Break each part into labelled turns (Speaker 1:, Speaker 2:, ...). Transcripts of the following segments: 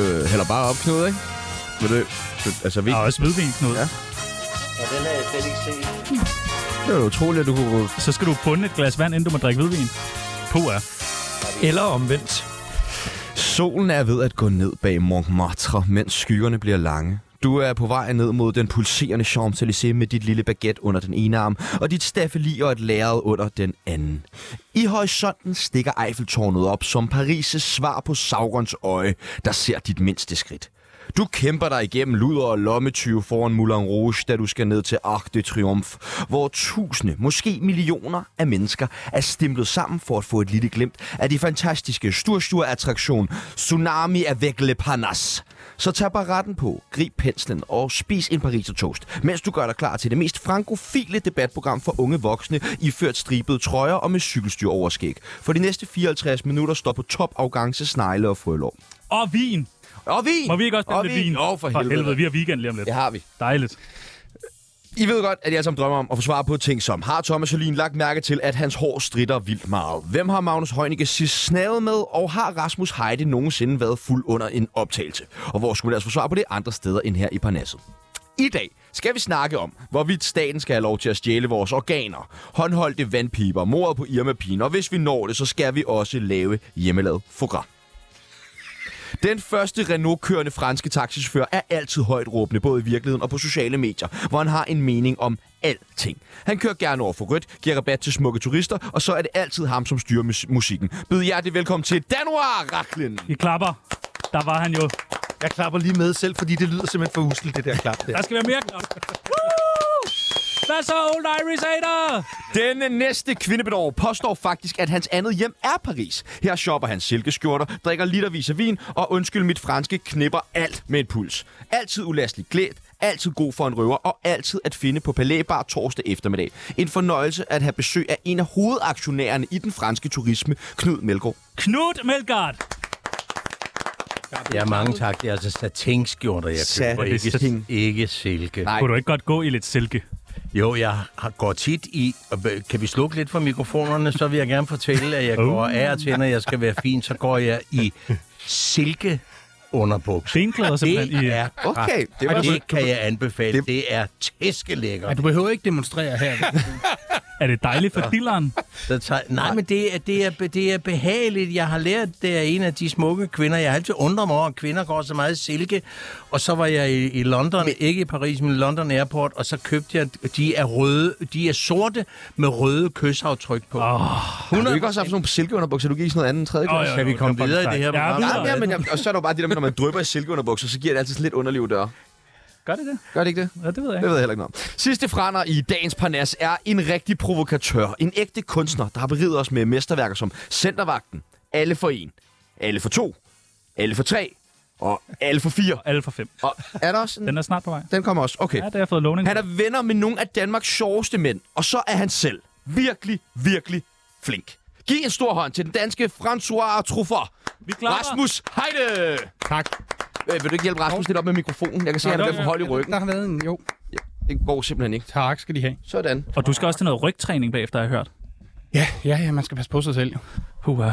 Speaker 1: øh,
Speaker 2: og Knud, ikke?
Speaker 1: Vil du, du, altså, vi,
Speaker 3: Der er også hvidvin, Knud.
Speaker 1: Ja.
Speaker 3: Ja.
Speaker 4: Og den har jeg slet ikke set.
Speaker 1: det er jo utroligt, at du kunne...
Speaker 3: Så skal du bunde et glas vand, inden du må drikke hvidvin. Puh, ja.
Speaker 2: Eller omvendt.
Speaker 1: Solen er ved at gå ned bag Montmartre, mens skyggerne bliver lange. Du er på vej ned mod den pulserende Champs-Élysées med dit lille baguette under den ene arm, og dit staffeli og et lærred under den anden. I horisonten stikker Eiffeltårnet op som Paris' svar på Saurons øje, der ser dit mindste skridt. Du kæmper dig igennem luder og lommetyve foran Moulin Rouge, da du skal ned til Arc de Triomphe, hvor tusinde, måske millioner af mennesker er stimlet sammen for at få et lille glimt af det fantastiske Sturstur-attraktion Tsunami avec le Panas. Så tag baretten på, grib penslen og spis en pariser toast, mens du gør dig klar til det mest frankofile debatprogram for unge voksne, iført stribede trøjer og med cykelstyr overskæg. For de næste 54 minutter står på top afgangse snegle og frølov.
Speaker 3: Og vin!
Speaker 1: Og vi!
Speaker 3: Må vi ikke også
Speaker 1: Og
Speaker 3: spille lidt
Speaker 1: vin.
Speaker 3: vin?
Speaker 1: Åh, for helvede.
Speaker 3: helvede. Vi har weekend lige om lidt.
Speaker 1: Det har vi.
Speaker 3: Dejligt.
Speaker 1: I ved godt, at jeg som drømmer om at få svar på ting som, har Thomas Helin lagt mærke til, at hans hår stritter vildt meget? Hvem har Magnus Heunicke sidst snavet med, og har Rasmus Heide nogensinde været fuld under en optagelse? Og hvor skulle man altså få svar på det andre steder end her i Parnasset? I dag skal vi snakke om, hvorvidt staten skal have lov til at stjæle vores organer, håndholdte vandpiber, mordet på Irma Pien, og hvis vi når det, så skal vi også lave hjemmelavet fogram. Den første Renault-kørende franske taxichauffør er altid højt råbende, både i virkeligheden og på sociale medier, hvor han har en mening om alting. Han kører gerne over for rødt, giver rabat til smukke turister, og så er det altid ham, som styrer mus- musikken. Byd hjertelig velkommen til Danoir Raklen.
Speaker 3: Vi klapper. Der var han jo.
Speaker 2: Jeg klapper lige med selv, fordi det lyder simpelthen for usel, det der klap der.
Speaker 3: Der skal være mere klap. Woo! Hvad så, Old Irish Hater?
Speaker 1: Denne næste kvindebenår påstår faktisk, at hans andet hjem er Paris. Her shopper han silkeskjorter, drikker litervis af vin, og undskyld mit franske, knipper alt med et puls. Altid ulastelig glædt, altid god for en røver, og altid at finde på Palæbar torsdag eftermiddag. En fornøjelse at have besøg af en af hovedaktionærerne i den franske turisme, Knud Melgaard.
Speaker 3: Knud Melgaard.
Speaker 5: Ja, mange tak. Det er altså satinskjorter, jeg køber.
Speaker 1: Satin.
Speaker 5: Ikke, ikke silke.
Speaker 1: Nej.
Speaker 3: Kunne du ikke godt gå i lidt silke?
Speaker 5: Jo, jeg har, går tit i... og b- Kan vi slukke lidt for mikrofonerne, så vil jeg gerne fortælle, at jeg går af og til, når jeg skal være fin, så går jeg i silke underbukser.
Speaker 3: Benklæder simpelthen i...
Speaker 5: Det er
Speaker 1: Okay, det
Speaker 5: det,
Speaker 1: var
Speaker 5: var
Speaker 1: så-
Speaker 5: det kan jeg anbefale. Det, det er tæskelækkert.
Speaker 6: du behøver ikke demonstrere her.
Speaker 3: Er det dejligt for dilleren?
Speaker 5: Så tager, nej, men det er, det, er, be- det er behageligt. Jeg har lært, det er en af de smukke kvinder. Jeg har altid undret mig over, at kvinder går så meget i silke. Og så var jeg i, i London, men... ikke i Paris, men i London Airport, og så købte jeg, de er, røde, de er sorte med røde kysaftryk på. Oh,
Speaker 1: Hun har du ikke også haft sådan nogle silkeunderbukser, du gik i sådan noget andet end tredje
Speaker 3: Åh,
Speaker 1: klasse?
Speaker 3: jo,
Speaker 5: kan vi
Speaker 3: jo,
Speaker 5: komme
Speaker 3: det var
Speaker 5: videre i
Speaker 3: faktisk
Speaker 5: det her
Speaker 3: dejligt. Ja, videre.
Speaker 5: program?
Speaker 1: Nej, ja, men jeg, og så er der jo bare det der med, når man drypper i silkeunderbukser, så giver det altid sådan lidt underliv døre.
Speaker 3: Gør det det?
Speaker 1: Gør det ikke det?
Speaker 3: Ja, det ved jeg
Speaker 1: Det
Speaker 3: ikke.
Speaker 1: ved jeg heller ikke noget om. Sidste frander i dagens Parnas er en rigtig provokatør. En ægte kunstner, der har beriget os med mesterværker som Centervagten, Alle for en, Alle for to, Alle for tre og Alle for fire.
Speaker 3: Alle for fem.
Speaker 1: Og er der også en...
Speaker 3: Den er snart på vej.
Speaker 1: Den kommer også. Okay.
Speaker 3: Ja, det har jeg fået lovning.
Speaker 1: Mm. Han
Speaker 3: på.
Speaker 1: er venner med nogle af Danmarks sjoveste mænd, og så er han selv virkelig, virkelig flink. Giv en stor hånd til den danske François Truffaut.
Speaker 3: Vi klapper.
Speaker 1: Rasmus Heide!
Speaker 6: tak.
Speaker 1: Øh, vil du ikke hjælpe Rasmus lidt op med mikrofonen? Jeg kan se, at han er ved at få hold i ryggen.
Speaker 6: Der har været en... Jo,
Speaker 1: Det går simpelthen ikke.
Speaker 6: tak skal de have.
Speaker 1: Sådan.
Speaker 3: Og du skal også til noget rygtræning bagefter, har jeg hørt.
Speaker 6: Ja, ja, ja, man skal passe på sig selv.
Speaker 3: Puh,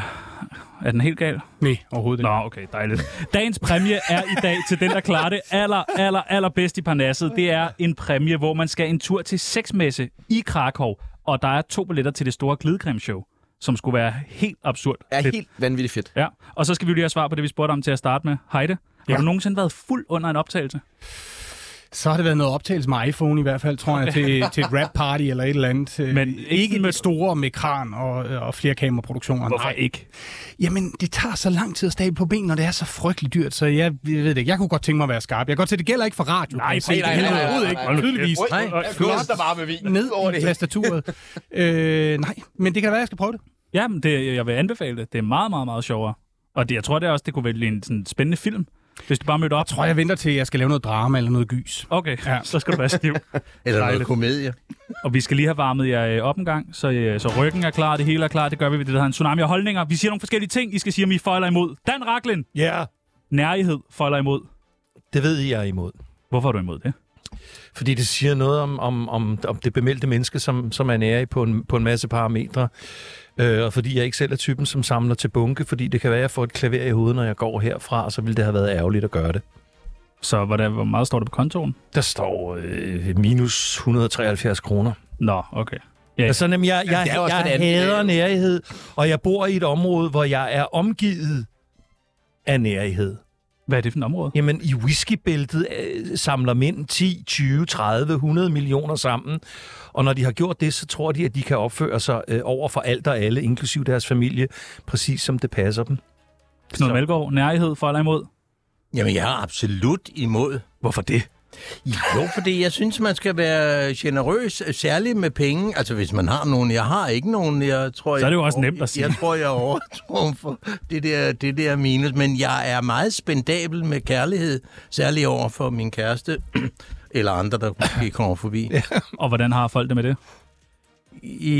Speaker 3: er den helt gal?
Speaker 6: Nej, overhovedet ikke.
Speaker 3: Nå, Ah, okay, dejligt. Dagens præmie er i dag til den, der klarer det aller, aller, aller bedst i Parnasset. Det er en præmie, hvor man skal en tur til sexmesse i Krakow, og der er to billetter til det store glidecremeshow, som skulle være helt absurd.
Speaker 1: Er
Speaker 3: fedt.
Speaker 1: helt vanvittigt fedt.
Speaker 3: Ja, og så skal vi lige have svar på det, vi spurgte om til at starte med. Heide, har ja. du nogensinde været fuld under en optagelse?
Speaker 6: Så har det været noget optagelse med iPhone i hvert fald, tror jeg, til, til et rap party eller et eller andet.
Speaker 3: Men
Speaker 6: Men
Speaker 3: ikke
Speaker 6: ikke
Speaker 3: med-
Speaker 6: med store med kran og, øh, og flere kameraproduktioner.
Speaker 3: Hvorfor
Speaker 6: Nej.
Speaker 3: ikke?
Speaker 6: Jamen, det tager så lang tid at stable på ben, og det er så frygteligt dyrt, så jeg, jeg ved det ikke. Jeg kunne godt tænke mig at være skarp. Jeg kan godt se, det gælder ikke for radio.
Speaker 3: Nej,
Speaker 6: kan jeg se.
Speaker 3: for
Speaker 6: Det
Speaker 3: nej,
Speaker 6: gælder
Speaker 3: nej, nej,
Speaker 6: overhovedet
Speaker 3: nej,
Speaker 6: ikke,
Speaker 3: nej.
Speaker 6: tydeligvis.
Speaker 3: Nej.
Speaker 1: Kloster bare med vin.
Speaker 6: Ned over det tastaturet. øh, nej, men det kan da være, jeg skal prøve det.
Speaker 3: Jamen, det, jeg vil anbefale det. Det er meget, meget, meget sjovere. Og det, jeg tror det er også, det kunne være en sådan, spændende film, hvis du bare mødte op.
Speaker 6: Jeg tror, jeg venter til, at jeg skal lave noget drama eller noget gys.
Speaker 3: Okay, ja.
Speaker 6: Ja.
Speaker 3: så skal du være stiv.
Speaker 5: Eller noget
Speaker 3: Dejligt.
Speaker 5: komedie.
Speaker 3: Og vi skal lige have varmet jer øh, op en gang, så, øh, så ryggen er klar, det hele er klar. Det gør vi ved det, der hedder en tsunami af holdninger. Vi siger nogle forskellige ting. I skal sige, om I for eller imod. Dan Raklen,
Speaker 2: Ja, yeah.
Speaker 3: nærighed, for eller imod.
Speaker 2: det ved jeg er imod.
Speaker 3: Hvorfor er du imod det?
Speaker 2: Fordi det siger noget om, om, om, om det bemeldte menneske, som, som man er i på en, på en masse parametre. Øh, og fordi jeg ikke selv er typen, som samler til bunke, fordi det kan være, at jeg får et klaver i hovedet, når jeg går herfra, og så ville det have været ærgerligt at gøre det.
Speaker 3: Så hvor, der, hvor meget står der på kontoen?
Speaker 2: Der står øh, minus 173 kroner.
Speaker 3: Nå, okay.
Speaker 2: Altså, jamen, jeg, jeg,
Speaker 1: det er jo også
Speaker 2: jeg,
Speaker 1: øh,
Speaker 2: jeg
Speaker 1: den anden-
Speaker 2: hader nærhed, og jeg bor i et område, hvor jeg er omgivet af nærhed.
Speaker 3: Hvad er det for et område?
Speaker 2: Jamen, i whiskybæltet øh, samler mænd 10, 20, 30, 100 millioner sammen. Og når de har gjort det, så tror de, at de kan opføre sig øh, over for alt og alle, inklusiv deres familie, præcis som det passer dem.
Speaker 3: Knud Malgaard, nærhed for eller imod?
Speaker 5: Jamen, jeg er absolut imod.
Speaker 2: Hvorfor det?
Speaker 5: Jo, fordi jeg synes, man skal være generøs, særligt med penge. Altså, hvis man har nogen. Jeg har ikke nogen. Jeg tror,
Speaker 3: Så er det jo
Speaker 5: jeg,
Speaker 3: også nemt at sige.
Speaker 5: Jeg tror, jeg overtrumfer for det der, det der minus. Men jeg er meget spendabel med kærlighed, særligt over for min kæreste eller andre, der måske kommer forbi.
Speaker 3: Og hvordan har folk det med det?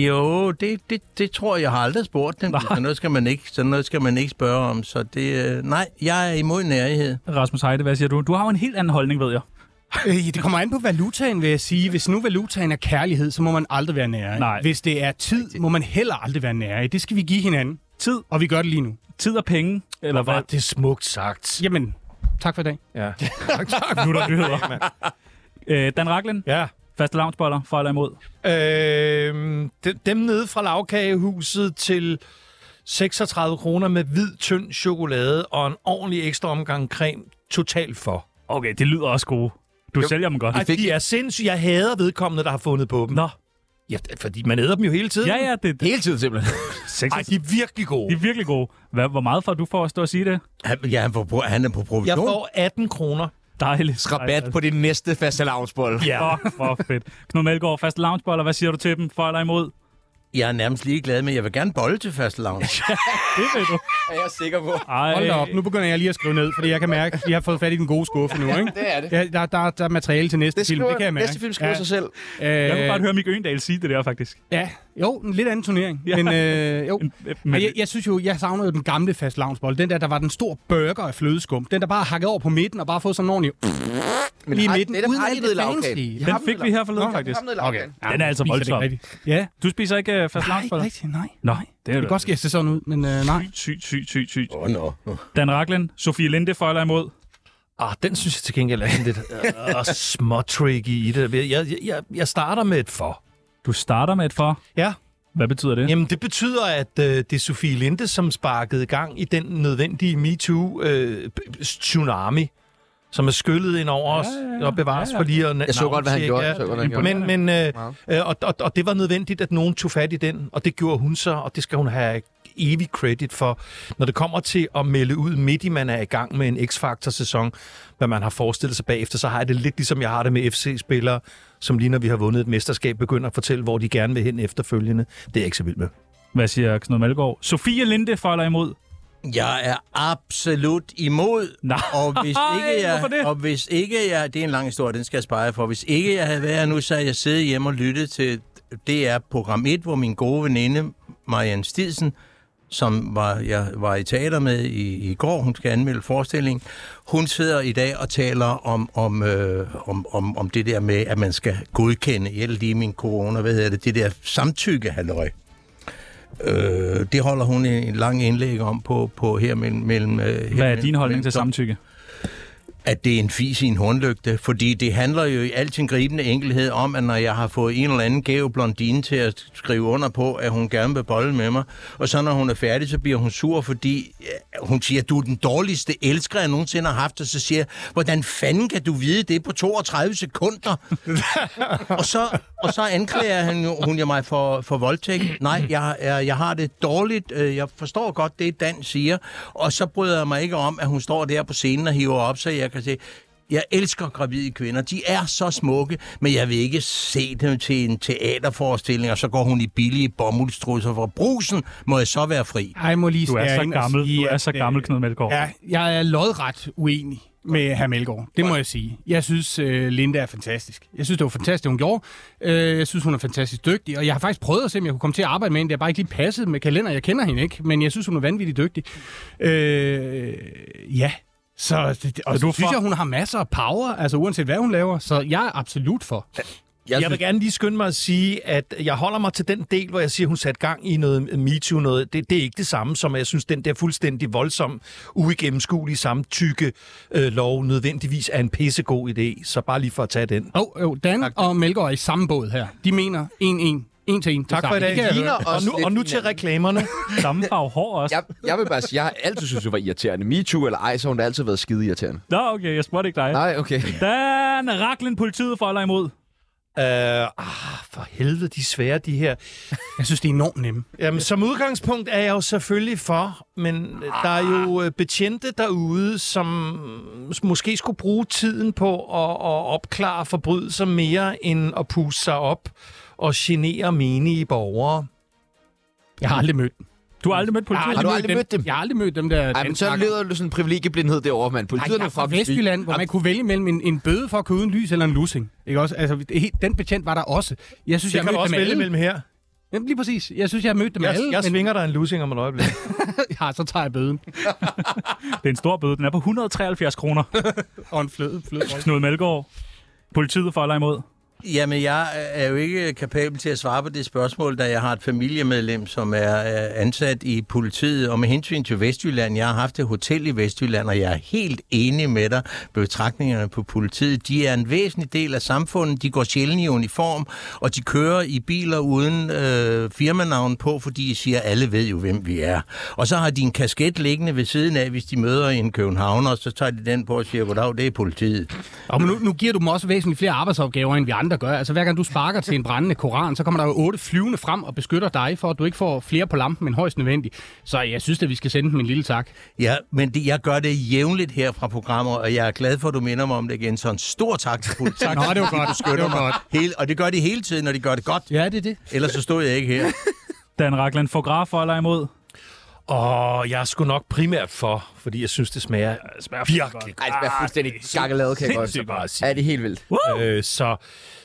Speaker 5: Jo, det, det, det tror jeg. Jeg har aldrig spurgt dem.
Speaker 3: Nej.
Speaker 5: Sådan noget, skal man ikke, sådan noget skal man ikke spørge om. Så det, øh, nej, jeg er imod nærhed.
Speaker 3: Rasmus Heide, hvad siger du? Du har jo en helt anden holdning, ved jeg.
Speaker 6: Øh, det kommer an på valutaen, vil jeg sige. Hvis nu valutaen er kærlighed, så må man aldrig være nære.
Speaker 3: Nej.
Speaker 6: Hvis det er tid, må man heller aldrig være nære. Det skal vi give hinanden. Tid. Og vi gør det lige nu.
Speaker 3: Tid og penge, eller hvad?
Speaker 2: Var det smukt sagt?
Speaker 6: Jamen, tak for i dag.
Speaker 2: Ja.
Speaker 3: Nu er der nyheder. Øh, Dan Raklen,
Speaker 2: ja.
Speaker 3: faste lavnsboller, for eller imod?
Speaker 2: Øh, dem nede fra lavkagehuset til 36 kroner med hvid, tynd chokolade og en ordentlig ekstra omgang creme. Totalt for.
Speaker 3: Okay, det lyder også gode. Du jo. sælger dem godt.
Speaker 2: Ej, de er sindssyge. Jeg hader vedkommende, der har fundet på dem.
Speaker 3: Nå,
Speaker 2: Ja, fordi man æder dem jo hele tiden.
Speaker 3: ja, ja, det, det.
Speaker 1: Hele tiden simpelthen.
Speaker 3: Sex,
Speaker 2: Ej, de er virkelig
Speaker 3: de
Speaker 2: gode.
Speaker 3: er virkelig gode. Hvad, hvor meget får du for at stå og sige det?
Speaker 5: Han, ja, han, får, han er på provision.
Speaker 2: Jeg får 18 kroner.
Speaker 3: Dejligt.
Speaker 1: Rabat på det næste faste lavnsbold.
Speaker 3: Ja. Fuck, hvor fedt. Knud Melgaard, faste lavnsboller, hvad siger du til dem? For eller imod?
Speaker 5: Jeg er nærmest ligeglad med, jeg vil gerne bolle til fast lounge.
Speaker 3: Det ved du.
Speaker 1: Er jeg sikker på.
Speaker 3: Ej,
Speaker 6: Hold da op, nu begynder jeg lige at skrive ned, fordi jeg kan mærke, at jeg har fået fat i den gode skuffe nu, ikke?
Speaker 1: det er det.
Speaker 6: Ja, der, der, der er materiale til næste
Speaker 1: Det
Speaker 6: film,
Speaker 1: skriver,
Speaker 6: det kan jeg mærke.
Speaker 1: næste film skriver
Speaker 6: ja.
Speaker 1: sig selv.
Speaker 6: Øh,
Speaker 3: Jeg kunne godt høre Mick Øendal sige det der, faktisk.
Speaker 6: Ja, jo, en lidt anden turnering,
Speaker 3: Ja.
Speaker 6: ja. men øh, jo.
Speaker 3: En-
Speaker 6: Men
Speaker 3: Men,
Speaker 6: jeg, jeg synes jo, jeg savner jo den gamle fast lavnsbold. Den der, der var den store burger af flødeskum. Den, der bare hakket over på midten og bare fået sådan en ordentlig...
Speaker 1: Men
Speaker 6: lige i
Speaker 1: har-
Speaker 6: midten,
Speaker 1: netop
Speaker 6: uden
Speaker 1: har
Speaker 6: alt
Speaker 1: jeg
Speaker 6: det
Speaker 1: ved lavkagen.
Speaker 6: fancy.
Speaker 1: Jeg
Speaker 3: den
Speaker 1: har
Speaker 3: fik
Speaker 1: ved
Speaker 3: vi her forleden,
Speaker 1: lavkagen.
Speaker 3: faktisk.
Speaker 1: Jeg har ved lavkagen.
Speaker 3: Den er altså
Speaker 6: spiser det
Speaker 3: voldsom.
Speaker 6: rigtigt. Ja,
Speaker 3: Du spiser ikke øh, fast lavnsboller?
Speaker 6: rigtigt, nej.
Speaker 3: Nej, det er
Speaker 6: Det
Speaker 3: jo
Speaker 6: kan godt ske, at se sådan ud, men øh, nej.
Speaker 3: Sygt, sygt, sygt, sygt.
Speaker 5: Åh, oh, no.
Speaker 3: Dan Raklen, Sofie Linde for eller imod?
Speaker 2: Ah, den synes jeg til gengæld er sådan lidt uh, småtricky i det. Jeg, jeg, jeg, jeg starter med et for.
Speaker 3: Du starter med et for.
Speaker 6: Ja.
Speaker 3: Hvad betyder det?
Speaker 2: Jamen, det betyder, at øh, det er Sofie Linde, som sparkede gang i den nødvendige MeToo-tsunami, som er skyllet ind over os og bevares for lige at na-
Speaker 1: Jeg så godt, hvad han
Speaker 2: navntjekke.
Speaker 1: gjorde. Jeg så godt, hvad han gjorde.
Speaker 2: Men, men øh, øh, og, og, og det var nødvendigt, at nogen tog fat i den, og det gjorde hun så, og det skal hun have evig credit for. Når det kommer til at melde ud midt i, man er i gang med en X-Factor-sæson, hvad man har forestillet sig bagefter, så har jeg det lidt ligesom jeg har det med FC-spillere, som lige når vi har vundet et mesterskab, begynder at fortælle, hvor de gerne vil hen efterfølgende. Det er jeg ikke så vild med.
Speaker 3: Hvad siger Knud Malgaard? Sofie Linde for eller imod?
Speaker 5: Jeg er absolut imod.
Speaker 3: Nej,
Speaker 5: Og hvis ikke jeg,
Speaker 3: hvorfor det?
Speaker 5: og hvis ikke jeg, det er en lang historie, den skal jeg spare jer for. Hvis ikke jeg havde været her nu, så havde jeg siddet hjemme og lyttet til DR program 1, hvor min gode veninde Marianne Stilsen, som var, jeg var i teater med i, i går, hun skal anmelde forestillingen, hun sidder i dag og taler om, om, øh, om, om, om det der med, at man skal godkende, eller lige min corona, hvad hedder det, det der samtykke, halløj. Øh, det holder hun en, en lang indlæg om på, på her mellem... mellem øh, her
Speaker 3: Hvad er
Speaker 5: mellem-
Speaker 3: din holdning
Speaker 5: mellem
Speaker 3: til
Speaker 5: dom-
Speaker 3: samtykke?
Speaker 5: at det er en fis i en hornlygte, fordi det handler jo i al sin gribende enkelhed om, at når jeg har fået en eller anden gave blondine til at skrive under på, at hun gerne vil bolle med mig, og så når hun er færdig, så bliver hun sur, fordi øh, hun siger, du er den dårligste elsker, jeg nogensinde har haft, og så siger jeg, hvordan fanden kan du vide det på 32 sekunder? og, så, og så anklager han jo, hun jo mig for, for voldtægt. Nej, jeg, jeg, jeg har det dårligt. Øh, Jeg forstår godt det, Dan siger. Og så bryder jeg mig ikke om, at hun står der på scenen og hiver op, så jeg kan se... Jeg elsker gravide kvinder. De er så smukke, men jeg vil ikke se dem til en teaterforestilling, og så går hun i billige bomuldstrusser fra brusen. Må jeg så være fri?
Speaker 6: Ej, jeg må lige
Speaker 3: Du er
Speaker 6: skære
Speaker 3: så
Speaker 6: ind og
Speaker 3: gammel,
Speaker 6: sige,
Speaker 3: du er
Speaker 6: at,
Speaker 3: så
Speaker 6: øh,
Speaker 3: gammel, Knud Melgaard.
Speaker 6: Ja, jeg er lodret uenig med hr. Melgaard. Det må jeg sige. Jeg synes, øh, Linda er fantastisk. Jeg synes, det var fantastisk, det hun gjorde. Øh, jeg synes, hun er fantastisk dygtig. Og jeg har faktisk prøvet at se, om jeg kunne komme til at arbejde med hende. Det har bare ikke lige passet med kalender. Jeg kender hende ikke, men jeg synes, hun er vanvittigt dygtig. Øh, ja. Så, det, og
Speaker 3: Så
Speaker 6: så
Speaker 3: du er
Speaker 6: du synes
Speaker 3: for-
Speaker 6: jeg, hun har masser af power, altså uanset hvad hun laver. Så jeg er absolut for.
Speaker 2: Jeg, jeg vil gerne lige skynde mig at sige, at jeg holder mig til den del, hvor jeg siger, at hun satte gang i noget MeToo. Noget. Det, det er ikke det samme som, at jeg synes, den der fuldstændig voldsom, uigennemskuelige samtykke øh, lov nødvendigvis er en pissegod idé. Så bare lige for at tage den.
Speaker 6: Jo, oh, oh, Dan tak. og Melgaard er i samme båd her. De mener en, en, en til en.
Speaker 2: Tak for i dag.
Speaker 6: Ligner...
Speaker 2: Og nu, og nu til reklamerne.
Speaker 3: Samme farve hår også.
Speaker 1: Jeg, jeg vil bare sige, jeg har altid synes, du var irriterende. Me too eller ej, så har hun altid været skide irriterende.
Speaker 3: Nå, okay, jeg spurgte ikke dig.
Speaker 1: Nej, okay.
Speaker 3: Dan Raklen, politiet for eller imod?
Speaker 2: Øh, ah, for helvede, de er svære, de her.
Speaker 6: Jeg synes, det er enormt nemme.
Speaker 2: Jamen, som udgangspunkt er jeg jo selvfølgelig for, men der er jo øh, betjente derude, som måske skulle bruge tiden på at, at opklare forbrydelser mere, end at puste sig op og genere menige borgere.
Speaker 6: Jeg har aldrig mødt dem.
Speaker 3: Du har aldrig mødt
Speaker 6: Jeg
Speaker 3: politiet?
Speaker 1: Har du aldrig mødt dem?
Speaker 6: Jeg har aldrig mødt dem, der...
Speaker 1: Ej, men så leder du sådan en privilegieblindhed derovre, mand.
Speaker 6: Ej,
Speaker 1: Politiet
Speaker 6: jeg
Speaker 1: er
Speaker 6: er
Speaker 1: fra
Speaker 6: fra Vestjylland, hvor man kunne vælge mellem en, en bøde for at køre uden lys eller en lussing. Ikke også? Altså, det- helt- den betjent var der også. Jeg synes,
Speaker 2: Det
Speaker 6: jeg
Speaker 2: kan
Speaker 6: har
Speaker 2: du
Speaker 6: mødt
Speaker 2: også
Speaker 6: dem
Speaker 2: vælge
Speaker 6: alle.
Speaker 2: mellem her.
Speaker 6: Jamen, lige præcis. Jeg synes, jeg har mødt dem
Speaker 2: Jeg,
Speaker 6: alle,
Speaker 2: jeg
Speaker 6: men
Speaker 2: svinger dig en lussing om et øjeblik.
Speaker 6: ja, så tager jeg bøden.
Speaker 3: Det er en stor bøde. Den er på 173 kroner.
Speaker 6: Og en fløde. fløde.
Speaker 3: Snud Melgaard. Politiet for eller imod?
Speaker 5: Jamen, jeg er jo ikke kapabel til at svare på det spørgsmål, da jeg har et familiemedlem, som er øh, ansat i politiet. Og med hensyn til Vestjylland, jeg har haft et hotel i Vestjylland, og jeg er helt enig med dig med betragtningerne på politiet. De er en væsentlig del af samfundet, de går sjældent i uniform, og de kører i biler uden øh, firmanavn på, fordi de siger, alle ved jo, hvem vi er. Og så har de en kasket liggende ved siden af, hvis de møder en københavner, så tager de den på og siger, goddag, det er politiet.
Speaker 6: Og nu, nu giver du dem også væsentligt flere arbejdsopgaver, end vi andre gør. Altså, hver gang du sparker til en brændende koran, så kommer der jo otte flyvende frem og beskytter dig, for at du ikke får flere på lampen end højst nødvendigt. Så jeg synes, at vi skal sende dem en lille tak.
Speaker 5: Ja, men det, jeg gør det jævnligt her fra programmer, og jeg er glad for, at du minder mig om det igen. Så en stor tak til politiet.
Speaker 6: Nå, det var godt. Det var godt.
Speaker 5: Hele, og det gør de hele tiden, når de gør det godt.
Speaker 6: Ja, det er det.
Speaker 5: Ellers så stod jeg ikke her.
Speaker 3: Dan Rakland for graf for eller imod?
Speaker 2: Og jeg er sgu nok primært for, fordi jeg synes, det smager, smager virkelig
Speaker 1: Ej, det er fuldstændig gakkelade, kan jeg godt
Speaker 2: Ah, sindssygt bare at sige.
Speaker 1: Ja, det er helt vildt.
Speaker 2: Øh, så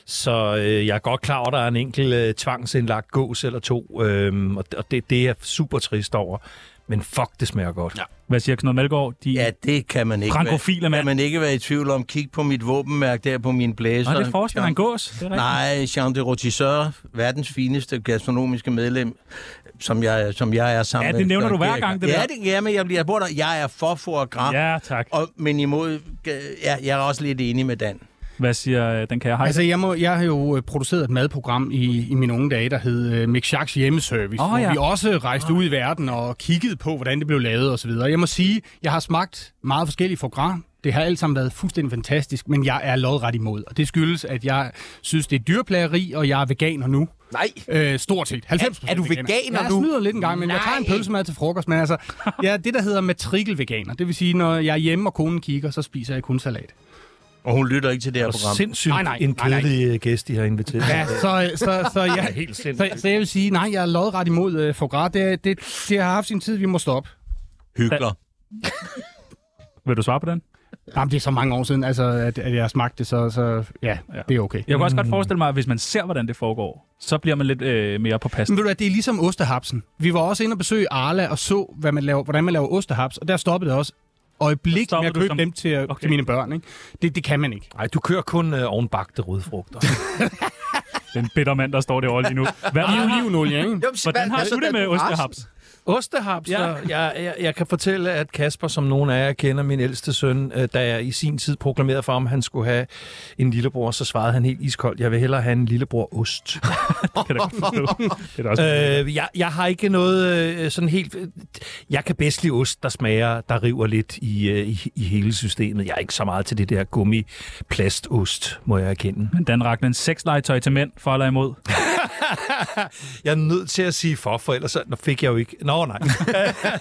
Speaker 2: så øh, jeg er godt klar over, at der er en enkelt øh, tvangsindlagt gås eller to, øh, og, og det, det er jeg super trist over. Men fuck, det smager godt. Ja.
Speaker 3: Hvad siger Knud Melgaard? De...
Speaker 5: Ja, det kan man ikke
Speaker 3: Frankofile,
Speaker 5: være,
Speaker 3: mand.
Speaker 5: kan man ikke være i tvivl om. Kig på mit våbenmærke der på min blæser.
Speaker 3: Nå, det forestiller man gås. Det er rigtigt.
Speaker 5: Nej, Jean de Rotisseur, verdens fineste gastronomiske medlem, som jeg, som jeg er sammen
Speaker 3: Ja,
Speaker 5: med.
Speaker 3: det nævner du hver
Speaker 5: Kierkegaard.
Speaker 3: gang, det
Speaker 5: ja,
Speaker 3: der.
Speaker 5: Det, ja, men jeg, bliver, jeg, bor der. jeg er for for at gram,
Speaker 3: Ja, tak.
Speaker 5: og, men imod... Ja, jeg er også lidt enig med Dan.
Speaker 3: Hvad siger øh, den kære hej?
Speaker 6: Altså, jeg, må, jeg har jo øh, produceret et madprogram i, i mine unge dage, der hed øh, Mick Schacks Hjemmeservice,
Speaker 3: Åh,
Speaker 6: oh, ja.
Speaker 3: ja.
Speaker 6: hvor vi også rejste oh. ud i verden og kiggede på, hvordan det blev lavet osv. Jeg må sige, jeg har smagt meget forskellige foie gras. Det har alt sammen været fuldstændig fantastisk, men jeg er lodret imod. Og det skyldes, at jeg synes, det er dyreplageri, og jeg er veganer nu.
Speaker 1: Nej.
Speaker 6: Øh, stort set. 90
Speaker 1: Er- er du veganer
Speaker 6: ja, jeg
Speaker 1: nu?
Speaker 6: snyder lidt en gang, men jeg tager en pølsemad til frokost. Men altså, jeg er det, der hedder matrikelveganer. Det vil sige, når jeg er hjemme, og konen kigger, så spiser jeg kun salat.
Speaker 5: Og hun lytter ikke til det her
Speaker 2: Og
Speaker 5: program.
Speaker 2: sindssygt
Speaker 6: Nej, nej,
Speaker 2: en
Speaker 6: nej, nej.
Speaker 2: kedelig øh, gæst, de har inviteret.
Speaker 6: Ja, så, så, så, jeg,
Speaker 2: Helt
Speaker 6: Så,
Speaker 2: sindssygt.
Speaker 6: så jeg vil sige, nej, jeg er lodret imod øh, Fograt. Det, det, det har haft sin tid, vi må stoppe.
Speaker 5: Hygler.
Speaker 3: Vil du svare på den?
Speaker 6: Jamen, det er så mange år siden, altså, at, at jeg har smagt det, så, så ja, ja, det er okay.
Speaker 3: Jeg kan også godt forestille mig, at hvis man ser, hvordan det foregår, så bliver man lidt øh, mere på pas.
Speaker 6: Men ved du hvad, det er ligesom ostehapsen. Vi var også inde og besøge Arla og så, hvad man laver, hvordan man laver ostehaps, og der stoppede det også øjeblik
Speaker 3: Så stoppede
Speaker 6: med at
Speaker 3: du
Speaker 6: købe
Speaker 3: som-
Speaker 6: dem til, okay.
Speaker 3: Okay.
Speaker 6: til mine børn. Ikke? Det, det kan man ikke.
Speaker 2: Nej, du kører kun øh, ovenbagte rødfrugter.
Speaker 3: Den bitter mand, der står derovre lige nu. Hvad,
Speaker 6: Olivenolie, ikke?
Speaker 3: hvordan har du det med ostehaps?
Speaker 2: Ostehaps, ja. jeg, jeg, jeg kan fortælle, at Kasper, som nogen af jer kender, min ældste søn, øh, da jeg i sin tid proklamerede for, om han skulle have en lillebror, så svarede han helt iskoldt, jeg vil hellere have en lillebror ost.
Speaker 3: Kan jeg da godt forstå. Det er da også
Speaker 2: Øh, jeg, jeg har ikke noget øh, sådan helt... øh, Jeg kan bedst lide ost, der smager, der river lidt i, øh, i, i hele systemet. Jeg er ikke så meget til det der gummi-plastost, må jeg erkende.
Speaker 3: Men Dan Ragland, sexlegetøj til mænd, for eller imod?
Speaker 2: Jeg er nødt til at sige for, for ellers så- nå, fik jeg jo ikke... Nå, nej.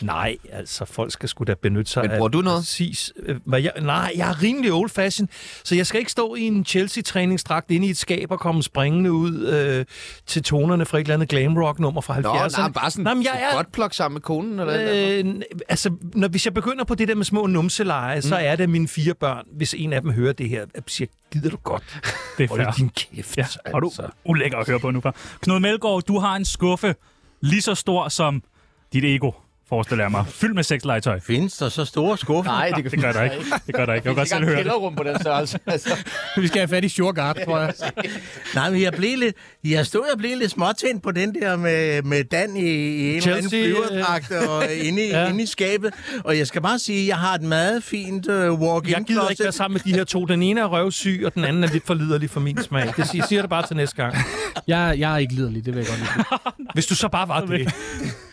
Speaker 2: nej, altså, folk skal sgu da benytte sig
Speaker 1: Men
Speaker 2: af...
Speaker 1: bruger du noget?
Speaker 2: Præcis. øh, Hvad jeg, nej, jeg er rimelig old fashion, så jeg skal ikke stå i en Chelsea-træningsdragt inde i et skab og komme springende ud øh, til tonerne fra et eller andet glam rock-nummer fra 70'erne.
Speaker 1: Nå, nej, bare sådan
Speaker 2: Nå, men jeg er
Speaker 1: godt plok sammen med konen eller øh,
Speaker 2: Øh, n- altså, når, hvis jeg begynder på det der med små numseleje, mm. så er det mine fire børn, hvis en af dem hører det her, at siger, gider du godt?
Speaker 3: Det er
Speaker 2: Hold
Speaker 3: fair.
Speaker 2: din kæft,
Speaker 3: Ja, og du
Speaker 2: altså.
Speaker 3: ulækker at høre på nu. far. Knud Melgaard, du har en skuffe lige så stor som dit ego. forestiller jeg mig. Fyldt med sexlegetøj.
Speaker 5: Findes der så store skuffer?
Speaker 7: Nej, det,
Speaker 3: Det gør der ikke. Det gør der ikke. Jeg kan godt selv høre det.
Speaker 7: kælderrum på den størrelse. Altså.
Speaker 6: Vi skal have fat i Shurgard, tror jeg.
Speaker 5: Nej, men jeg blev lidt, jeg stod og blev lidt småtændt på den der med, med Dan i, i en eller anden
Speaker 2: Chelsea, øh.
Speaker 5: flyverdragt og inde, i,
Speaker 2: Ja.
Speaker 5: ja. inde i skabet. Og jeg skal bare sige, jeg har et meget fint uh, walk-in
Speaker 2: Jeg gider ikke være
Speaker 5: closet.
Speaker 2: sammen med de her to. Den ene er røvsyg, og den anden er lidt for liderlig for min smag. Det siger, siger det bare til næste gang.
Speaker 6: Jeg, jeg er ikke liderlig, det vil jeg godt lide.
Speaker 2: Hvis du så bare var det.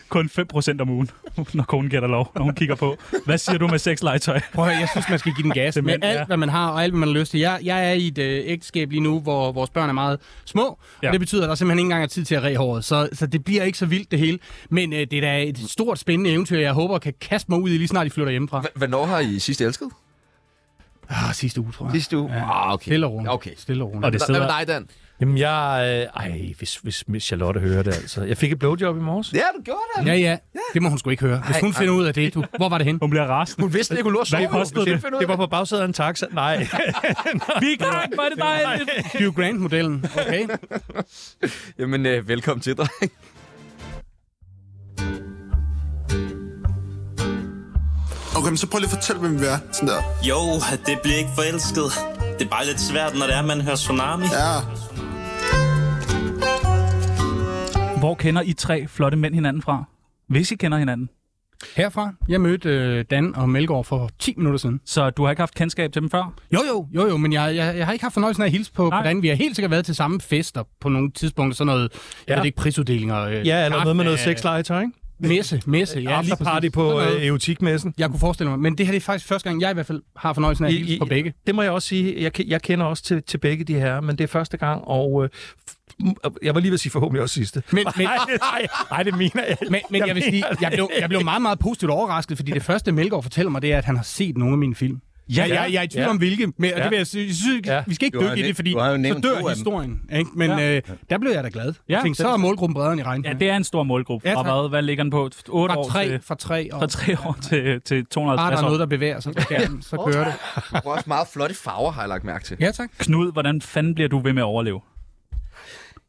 Speaker 3: Kun 5% om ugen, når konen gætter lov, når hun kigger på. Hvad siger du med sexlegetøj?
Speaker 6: Prøv at høre, jeg synes, man skal give den gas med
Speaker 3: mænd, ja.
Speaker 6: alt, hvad man har og alt, hvad man har lyst til. Jeg, jeg er i et øh, ægteskab lige nu, hvor vores børn er meget små,
Speaker 3: Ja.
Speaker 6: ja. og det betyder, at der simpelthen ikke engang er tid til at ræge håret. Så, så det bliver ikke så vildt det hele. Men øh, det er da et stort, spændende eventyr, jeg håber kan kaste mig ud i lige snart, I flytter hjemmefra.
Speaker 1: Hvornår har I sidst elsket?
Speaker 6: Ah, sidste uge, tror jeg.
Speaker 1: Sidste uge? Ja. Ah, okay.
Speaker 6: Stille og roligt.
Speaker 1: Okay.
Speaker 6: Stille og roligt.
Speaker 3: Og det
Speaker 1: Hvad med
Speaker 3: sidder...
Speaker 1: dig, Dan?
Speaker 2: Jamen, jeg... Øh, ej, hvis, hvis, hvis Charlotte hører det, altså. Jeg fik et blowjob i morges.
Speaker 1: Ja, du gjorde det.
Speaker 6: Ja, ja. Det må hun sgu ikke høre. Hvis hun finder ud af det, du. Hvor var det henne?
Speaker 3: Hun bliver rasende.
Speaker 1: Hun vidste ikke, hun lå og sov.
Speaker 3: kostede det?
Speaker 2: Det var på bagsædet af en taxa. Nej.
Speaker 3: Vi er i gang! Hvor er det dejligt!
Speaker 6: Hugh Grant-modellen. Okay.
Speaker 1: Jamen, øh, velkommen til dig.
Speaker 8: Okay, men så prøv lige at fortælle, hvem vi er. Sådan der.
Speaker 9: Jo, det bliver ikke forelsket. Det er bare lidt svært, når det er, man hører tsunami.
Speaker 8: Ja,
Speaker 3: Hvor kender I tre flotte mænd hinanden fra? Hvis I kender hinanden.
Speaker 6: Herfra. Jeg mødte øh, Dan og Melgaard for 10 minutter siden.
Speaker 3: Så du har ikke haft kendskab til dem før?
Speaker 6: Jo, jo, jo, jo, men jeg, jeg, jeg har ikke haft fornøjelsen af at hilse på,
Speaker 3: Nej.
Speaker 6: på Dan. Vi har helt sikkert været til samme fester på nogle tidspunkter. Sådan noget, ja. jeg ved det ikke, prisuddelinger. Øh,
Speaker 2: Ja, eller noget med noget
Speaker 6: kaffe,
Speaker 2: sexlegetøj, ikke?
Speaker 6: øh, Messe, messe. Ja, lige
Speaker 2: Afterparty
Speaker 6: præcis.
Speaker 2: på
Speaker 6: Sådan noget.
Speaker 2: øh, erotikmessen.
Speaker 6: Jeg kunne forestille mig, men det her det er faktisk første gang, jeg i hvert fald har fornøjelsen af at hilse på begge.
Speaker 2: Det må jeg også sige. Jeg, ke- jeg kender også til, til begge de her, men det er første gang, og øh, f- m- jeg var lige ved at sige forhåbentlig også sidste.
Speaker 6: Men, men,
Speaker 2: Nej, nej, nej, det mener jeg.
Speaker 6: men, men jeg vil sige,
Speaker 2: mener det
Speaker 6: jeg blev, jeg blev meget, meget positivt overrasket, fordi det første, Melgaard fortæller mig, det er, at han har set nogle af mine film. Ja, jeg, jeg er i tvivl
Speaker 2: ja.
Speaker 6: ja. om hvilke, men, ja. og
Speaker 2: Ja.
Speaker 6: det vil jeg sige, jeg synes,
Speaker 2: Ja.
Speaker 6: ja. vi skal ikke
Speaker 5: Du har
Speaker 6: dykke i
Speaker 5: nævnt-
Speaker 6: det, fordi
Speaker 5: du har jo
Speaker 6: så
Speaker 5: nævnt to af
Speaker 6: dør
Speaker 5: dem.
Speaker 6: historien. Ikke? Men
Speaker 3: Ja.
Speaker 6: ja. øh, der blev jeg da glad.
Speaker 3: Ja,
Speaker 6: Ja, jeg tænkte,
Speaker 3: det-
Speaker 6: så er målgruppen bredere end i regn.
Speaker 3: Ja, det er en stor målgruppe.
Speaker 6: Ja,
Speaker 3: Fra
Speaker 6: tak.
Speaker 3: hvad, hvad ligger den på? 8 år
Speaker 6: fra tre,
Speaker 3: til...
Speaker 6: fra tre år.
Speaker 3: Fra 3 år til, til
Speaker 6: Bare der
Speaker 3: 250
Speaker 6: er
Speaker 3: år.
Speaker 6: noget, der bevæger sig på skærmen, så kører det.
Speaker 1: Du har også meget flotte farver, har jeg lagt mærke til.
Speaker 6: Ja, tak.
Speaker 3: Knud, hvordan fanden bliver du ved med at overleve?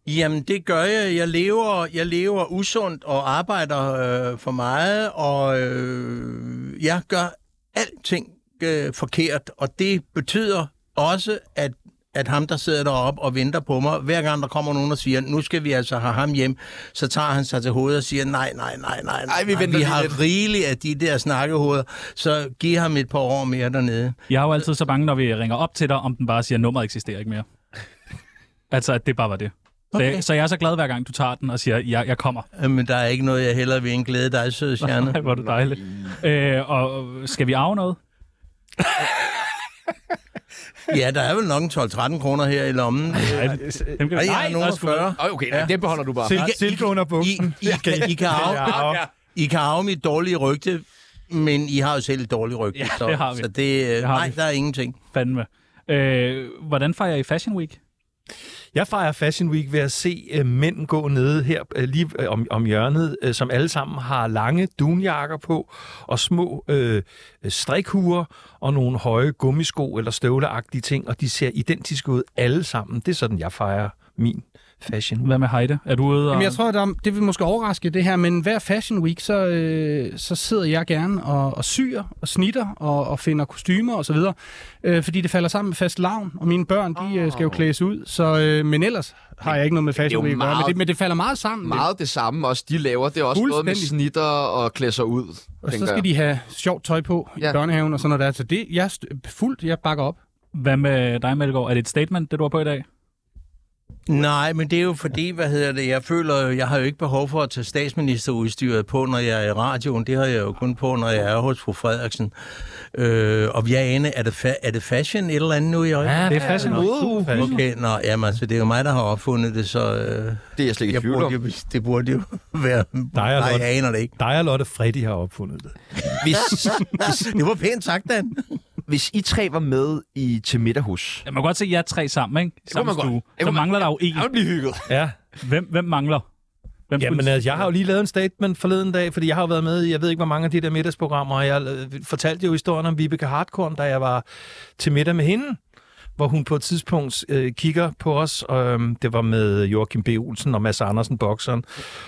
Speaker 5: Jamen, det gør jeg. Jeg lever, jeg lever usundt og arbejder øh, for meget, og øh, jeg gør alting øh, forkert, og det betyder også, at at ham, der sidder deroppe og venter på mig, hver gang der kommer nogen og siger, nu skal vi altså have ham hjem, så tager han sig til hovedet og siger, nej, nej, nej, nej, nej
Speaker 1: Ej, vi venter
Speaker 5: vi
Speaker 1: lige
Speaker 5: har
Speaker 1: lidt."
Speaker 5: rigeligt af de der snakkehoveder, så giv ham et par år mere dernede.
Speaker 3: Jeg er jo altid så bange, når vi ringer op til dig, om den bare siger, at nummeret eksisterer ikke mere. altså, at det bare var det. Okay.
Speaker 5: Okay.
Speaker 3: Så, så jeg er så glad, hver gang du tager den og siger, jeg, jeg kommer.
Speaker 5: Øh, Men der er ikke noget, jeg hellere vil end glæde dig, søde stjerne.
Speaker 3: Nej, hvor er du dejligt. Øh, og øh, skal vi arve noget?
Speaker 5: Ja, der er vel nok en 12-13 kroner her i lommen.
Speaker 3: Nej, dem kan
Speaker 5: Ej,
Speaker 3: vi...
Speaker 5: jeg har
Speaker 3: der
Speaker 5: nogen
Speaker 3: er sgu-
Speaker 5: 40.
Speaker 1: Åh, Okay, ja. det beholder du bare.
Speaker 2: Silke, silke under
Speaker 5: I,
Speaker 2: buksen.
Speaker 5: I, kan, I, kan arve,
Speaker 2: Ja,
Speaker 5: I kan arve mit dårlige rygte, men I har jo selv et dårligt rygte. Ja, så,
Speaker 3: det har vi.
Speaker 5: Så det, øh,
Speaker 3: Det har
Speaker 5: nej,
Speaker 3: vi.
Speaker 5: der er ingenting.
Speaker 3: Fandme. Øh, hvordan fejrer I Fashion Week?
Speaker 2: Jeg fejrer Fashion Week ved at se øh, mænd gå nede her øh, lige øh, om, om hjørnet, øh, som alle sammen har lange dunjakker på og små øh, øh, strikhuer og nogle høje gummisko eller støvleagtige ting, og de ser identiske ud alle sammen. Det er sådan, jeg fejrer min Fashion Week.
Speaker 3: Hvad med Heide? Er du ude og...
Speaker 6: Jamen, jeg tror, der, det vil måske overraske det her, men hver Fashion Week, så, øh, så sidder jeg gerne og, og syr og snitter og, og finder kostymer osv., øh, fordi det falder sammen med fast lavn, og mine børn, de øh, skal jo klædes ud. Så, øh, men ellers har jeg ikke noget med
Speaker 1: jo
Speaker 6: Fashion Week at gøre, men
Speaker 1: meget-
Speaker 6: det, men det falder meget sammen.
Speaker 1: Meget det samme også, de laver. Det er også noget med
Speaker 6: Fuldstændig.
Speaker 1: snitter og klæder sig ud,
Speaker 6: Og så
Speaker 1: tænker
Speaker 6: skal
Speaker 1: jeg.
Speaker 6: de have sjovt tøj på i
Speaker 1: Ja.
Speaker 6: børnehaven og sådan noget der. Så det, jeg er st- fuldt, jeg bakker op.
Speaker 3: Hvad med dig, Melgaard? Er det et statement, det du har på i dag?
Speaker 5: Nej, men det er jo fordi, hvad hedder det, jeg føler jo, jeg har jo ikke behov for at tage statsministerudstyret på, når jeg er i radioen. Det har jeg jo kun på, når jeg er hos fru Frederiksen. Øh, og jeg aner, er det, fa- er det fashion et eller andet nu i øjeblikket?
Speaker 3: det er Fashion Week.
Speaker 2: Fashion.
Speaker 5: Okay, nå, jamen, altså, det er jo mig, der har opfundet det, så øh,
Speaker 1: Det er jeg slet ikke i
Speaker 5: jeg
Speaker 1: tvivl om.
Speaker 5: burde jo, det burde jo være...
Speaker 2: Nej, jeg er
Speaker 5: nej,
Speaker 2: godt.
Speaker 5: jeg aner det ikke.
Speaker 2: Dig og Lotte Freddy har opfundet det.
Speaker 1: Hvis,
Speaker 5: Det var pænt sagt, Dan.
Speaker 1: hvis I tre var med i til middag hos...
Speaker 3: Man kan godt se jer tre sammen, ikke? I
Speaker 1: kunne
Speaker 3: samme
Speaker 1: man godt.
Speaker 3: stue.
Speaker 1: Det
Speaker 3: Så
Speaker 1: kunne man-
Speaker 3: mangler der jo en.
Speaker 1: Jeg blive hygget.
Speaker 2: Ja.
Speaker 3: Hvem, hvem mangler? Hvem
Speaker 2: Jamen, altså, jeg har jo lige lavet en statement forleden dag, fordi jeg har jo været med i, jeg ved ikke, hvor mange af de der middagsprogrammer, og jeg øh, fortalte jo historien om Vibeke Hardkorn, da jeg var til middag med hende. hvor hun på et tidspunkt øh, kigger på os. Og, øhm, det var med Joachim B. Olsen og Mads Andersen, bokseren.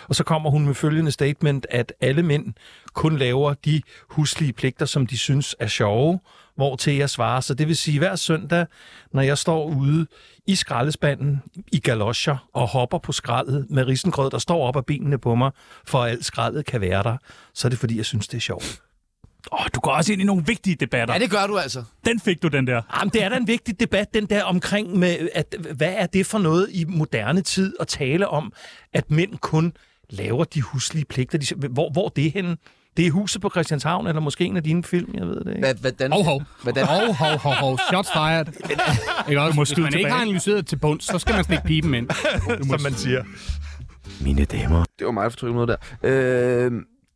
Speaker 2: Og så kommer hun med følgende statement, at alle mænd kun laver de huslige pligter, som de synes er sjove, hvor til jeg svarer. Så det vil sige, hver søndag, når jeg står ude i skraldespanden i galoscher og hopper på skraldet med risengrød, der står op af benene på mig, for at alt skraldet kan være der, så er det fordi, jeg synes, det er sjovt.
Speaker 3: Åh, du går også ind i nogle vigtige debatter.
Speaker 1: Ja, det gør du altså.
Speaker 3: Den fik du, den der.
Speaker 2: Jamen, det er da en vigtig debat, den der omkring, med, at, hvad er det for noget i moderne tid at tale om, at mænd kun laver de huslige pligter? De, hvor, hvor er det henne? Det er huset på Christianshavn, eller måske en af dine film, jeg ved det ikke.
Speaker 1: Hva- Hvordan,
Speaker 6: Hov, hov.
Speaker 1: hvordan, øh,
Speaker 6: Hov, hov, hov, hov. Shots fired. Ikke også? Hvis man ikke har analyseret til bunds, så skal man snikke pipen ind.
Speaker 2: som man siger.
Speaker 1: Mine damer. Det var mig for noget der. Øh,